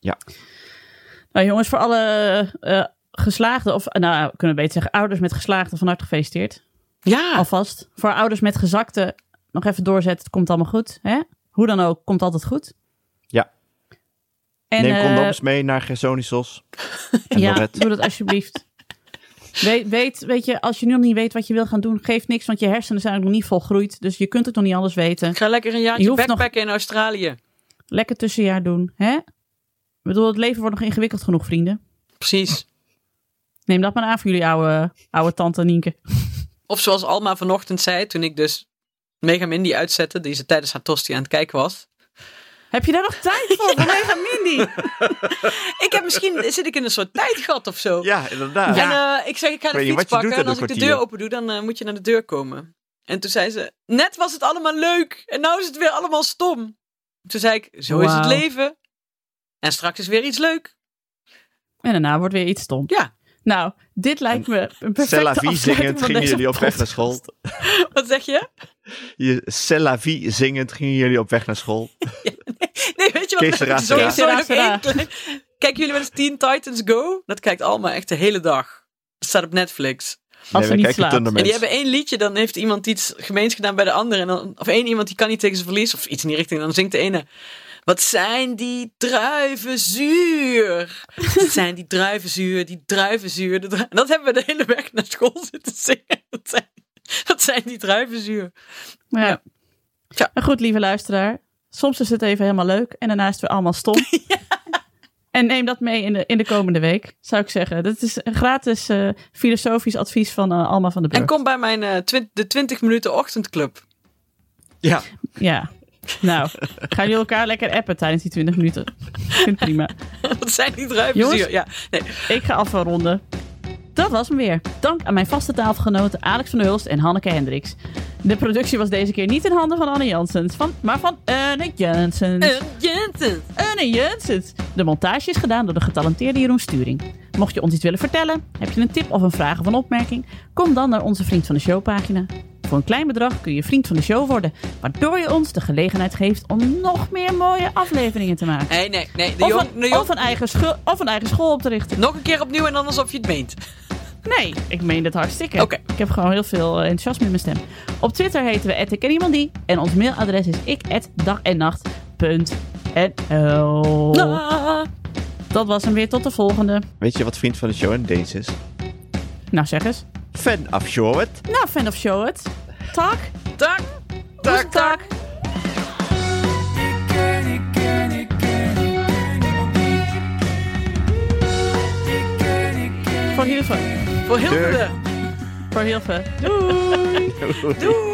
[SPEAKER 1] Nou jongens, voor alle eh, geslaagden, of nou we kunnen beter zeggen ouders met geslaagden, van harte gefeliciteerd.
[SPEAKER 2] Ja.
[SPEAKER 1] Alvast. Voor ouders met gezakten, nog even doorzetten, het komt allemaal goed. Hè? Hoe dan ook, komt altijd goed.
[SPEAKER 3] Ja.
[SPEAKER 1] En,
[SPEAKER 3] Neem
[SPEAKER 1] eh,
[SPEAKER 3] condooms mee naar Gersonisos. en
[SPEAKER 1] Ja,
[SPEAKER 3] Lorette.
[SPEAKER 1] doe dat alsjeblieft. Weet, weet, weet je, als je nu nog niet weet wat je wil gaan doen, geeft niks, want je hersenen zijn ook nog niet volgroeid. Dus je kunt het nog niet alles weten.
[SPEAKER 2] Ik ga lekker een
[SPEAKER 1] Je
[SPEAKER 2] jaartje
[SPEAKER 1] hoeft nog-
[SPEAKER 2] backpacken in Australië.
[SPEAKER 1] Lekker tussenjaar doen, hè? Ik bedoel, het leven wordt nog ingewikkeld genoeg, vrienden.
[SPEAKER 2] Precies.
[SPEAKER 1] Neem dat maar aan voor jullie oude, oude tante Nienke.
[SPEAKER 2] Of zoals Alma vanochtend zei, toen ik dus Mega Mindy uitzette, die ze tijdens haar tosti aan het kijken was.
[SPEAKER 1] Heb je daar nog tijd voor?
[SPEAKER 3] Oh,
[SPEAKER 1] Vanwege Mindy.
[SPEAKER 2] Ik heb misschien, zit ik in een soort tijdgat of zo.
[SPEAKER 3] Ja, inderdaad.
[SPEAKER 2] En eh, ik zeg, ik ga de
[SPEAKER 3] weet niet
[SPEAKER 2] fiets
[SPEAKER 3] wat je doet
[SPEAKER 2] pakken.
[SPEAKER 3] in
[SPEAKER 2] En als
[SPEAKER 3] een
[SPEAKER 2] ik de
[SPEAKER 3] kwartier.
[SPEAKER 2] deur open doe, dan eh, moet je naar de deur komen. En toen zei ze, net was het allemaal leuk. En nou is het weer allemaal stom. Toen zei ik, zo is het
[SPEAKER 1] Wauw.
[SPEAKER 2] leven. En straks is weer iets leuk.
[SPEAKER 1] En daarna wordt weer iets stom.
[SPEAKER 2] Ja.
[SPEAKER 1] Nou, dit lijkt me een perfecte
[SPEAKER 3] Cella vie
[SPEAKER 1] afsluiting
[SPEAKER 3] zingend
[SPEAKER 1] van
[SPEAKER 3] gingen
[SPEAKER 1] deze
[SPEAKER 3] jullie op weg naar
[SPEAKER 1] podcast.
[SPEAKER 3] school.
[SPEAKER 2] Wat zeg je?
[SPEAKER 3] Je Cella vie zingend gingen jullie op weg naar school.
[SPEAKER 2] Nee, weet je wat?
[SPEAKER 3] Kees Sera,
[SPEAKER 2] Zo,
[SPEAKER 3] Sera.
[SPEAKER 2] zo nog
[SPEAKER 1] Kees Sera,
[SPEAKER 2] één klein- Kijken jullie wel eens Teen Titans Go? Dat kijkt Alma echt de hele dag. Dat staat op Netflix.
[SPEAKER 1] Als ze
[SPEAKER 3] wij
[SPEAKER 1] niet
[SPEAKER 3] kijken
[SPEAKER 1] slaapt.
[SPEAKER 3] Thundermans.
[SPEAKER 2] En die hebben één liedje, dan heeft iemand iets gemeens gedaan bij de ander. En dan, of één iemand die kan niet tegen zijn verlies, of iets in die richting. En dan zingt de ene, wat zijn die druiven zuur? Wat zijn die druiven zuur, die druiven zuur. De dru- en dat hebben we de hele weg naar school zitten zingen. Wat zijn, wat zijn die druiven zuur?
[SPEAKER 1] Ja.
[SPEAKER 2] Ja. Ja.
[SPEAKER 1] Maar goed, lieve luisteraar. Soms is het even helemaal leuk en daarna is het weer allemaal stom. En neem dat mee in de, in de komende week, zou ik zeggen. Dat is een gratis eh, filosofisch advies van eh, Alma van de Burg.
[SPEAKER 2] En kom bij mijn eh, twin- de 20 minuten ochtendclub.
[SPEAKER 3] Ja,
[SPEAKER 1] Ja. Nou, gaan jullie elkaar lekker appen tijdens die 20 minuten. Ik vind het prima.
[SPEAKER 2] Wat zijn die druiven
[SPEAKER 1] Jongens.
[SPEAKER 2] zuur? Ja, nee.
[SPEAKER 1] Ik ga afronden. Dat was hem weer. Dank aan mijn vaste tafelgenoten Alex van der Hulst en Hanneke Hendricks. De productie was deze keer niet in handen van Anne Janssens, van, maar van Anne Janssens.
[SPEAKER 2] Eh, Jensen.
[SPEAKER 1] Anne Janssens. De montage is gedaan door de getalenteerde Jeroen Sturing. Mocht je ons iets willen vertellen, heb je een tip of een vraag of een opmerking, kom dan naar onze Vriend van de Show pagina. Voor een klein bedrag kun je Vriend van de Show worden, waardoor je ons de gelegenheid geeft om nog meer mooie afleveringen te maken.
[SPEAKER 2] Nee, nee, nee. De
[SPEAKER 1] Of
[SPEAKER 2] jong, de
[SPEAKER 1] een,
[SPEAKER 2] jong-
[SPEAKER 1] of een eigen, schu- of een eigen school op te richten.
[SPEAKER 2] Nog een keer opnieuw en dan alsof je het meent.
[SPEAKER 1] Nee, ik meen dit hartstikke.
[SPEAKER 2] Oké.
[SPEAKER 1] Ik heb gewoon heel veel eh, enthousiasme in mijn stem. Op Twitter heten we ik en iemand die. En ons mailadres is ik dag en nacht. Nou.
[SPEAKER 2] Ah.
[SPEAKER 1] Dat was hem weer. Tot de volgende.
[SPEAKER 3] Weet je wat vriend van de show in Deens is?
[SPEAKER 1] Nou, zeg eens.
[SPEAKER 3] Fan of show it.
[SPEAKER 1] Nou, fan of show it. Tak.
[SPEAKER 2] Tak.
[SPEAKER 1] Tak, tak.
[SPEAKER 4] Ik ken, ik ken, ik ken, ik ken niemand die. Ik ken, ik ken.
[SPEAKER 1] Voor Hilfe.
[SPEAKER 2] Voor heel
[SPEAKER 3] Deur.
[SPEAKER 2] veel.
[SPEAKER 1] Voor Hilfe. Doei.
[SPEAKER 2] Doei.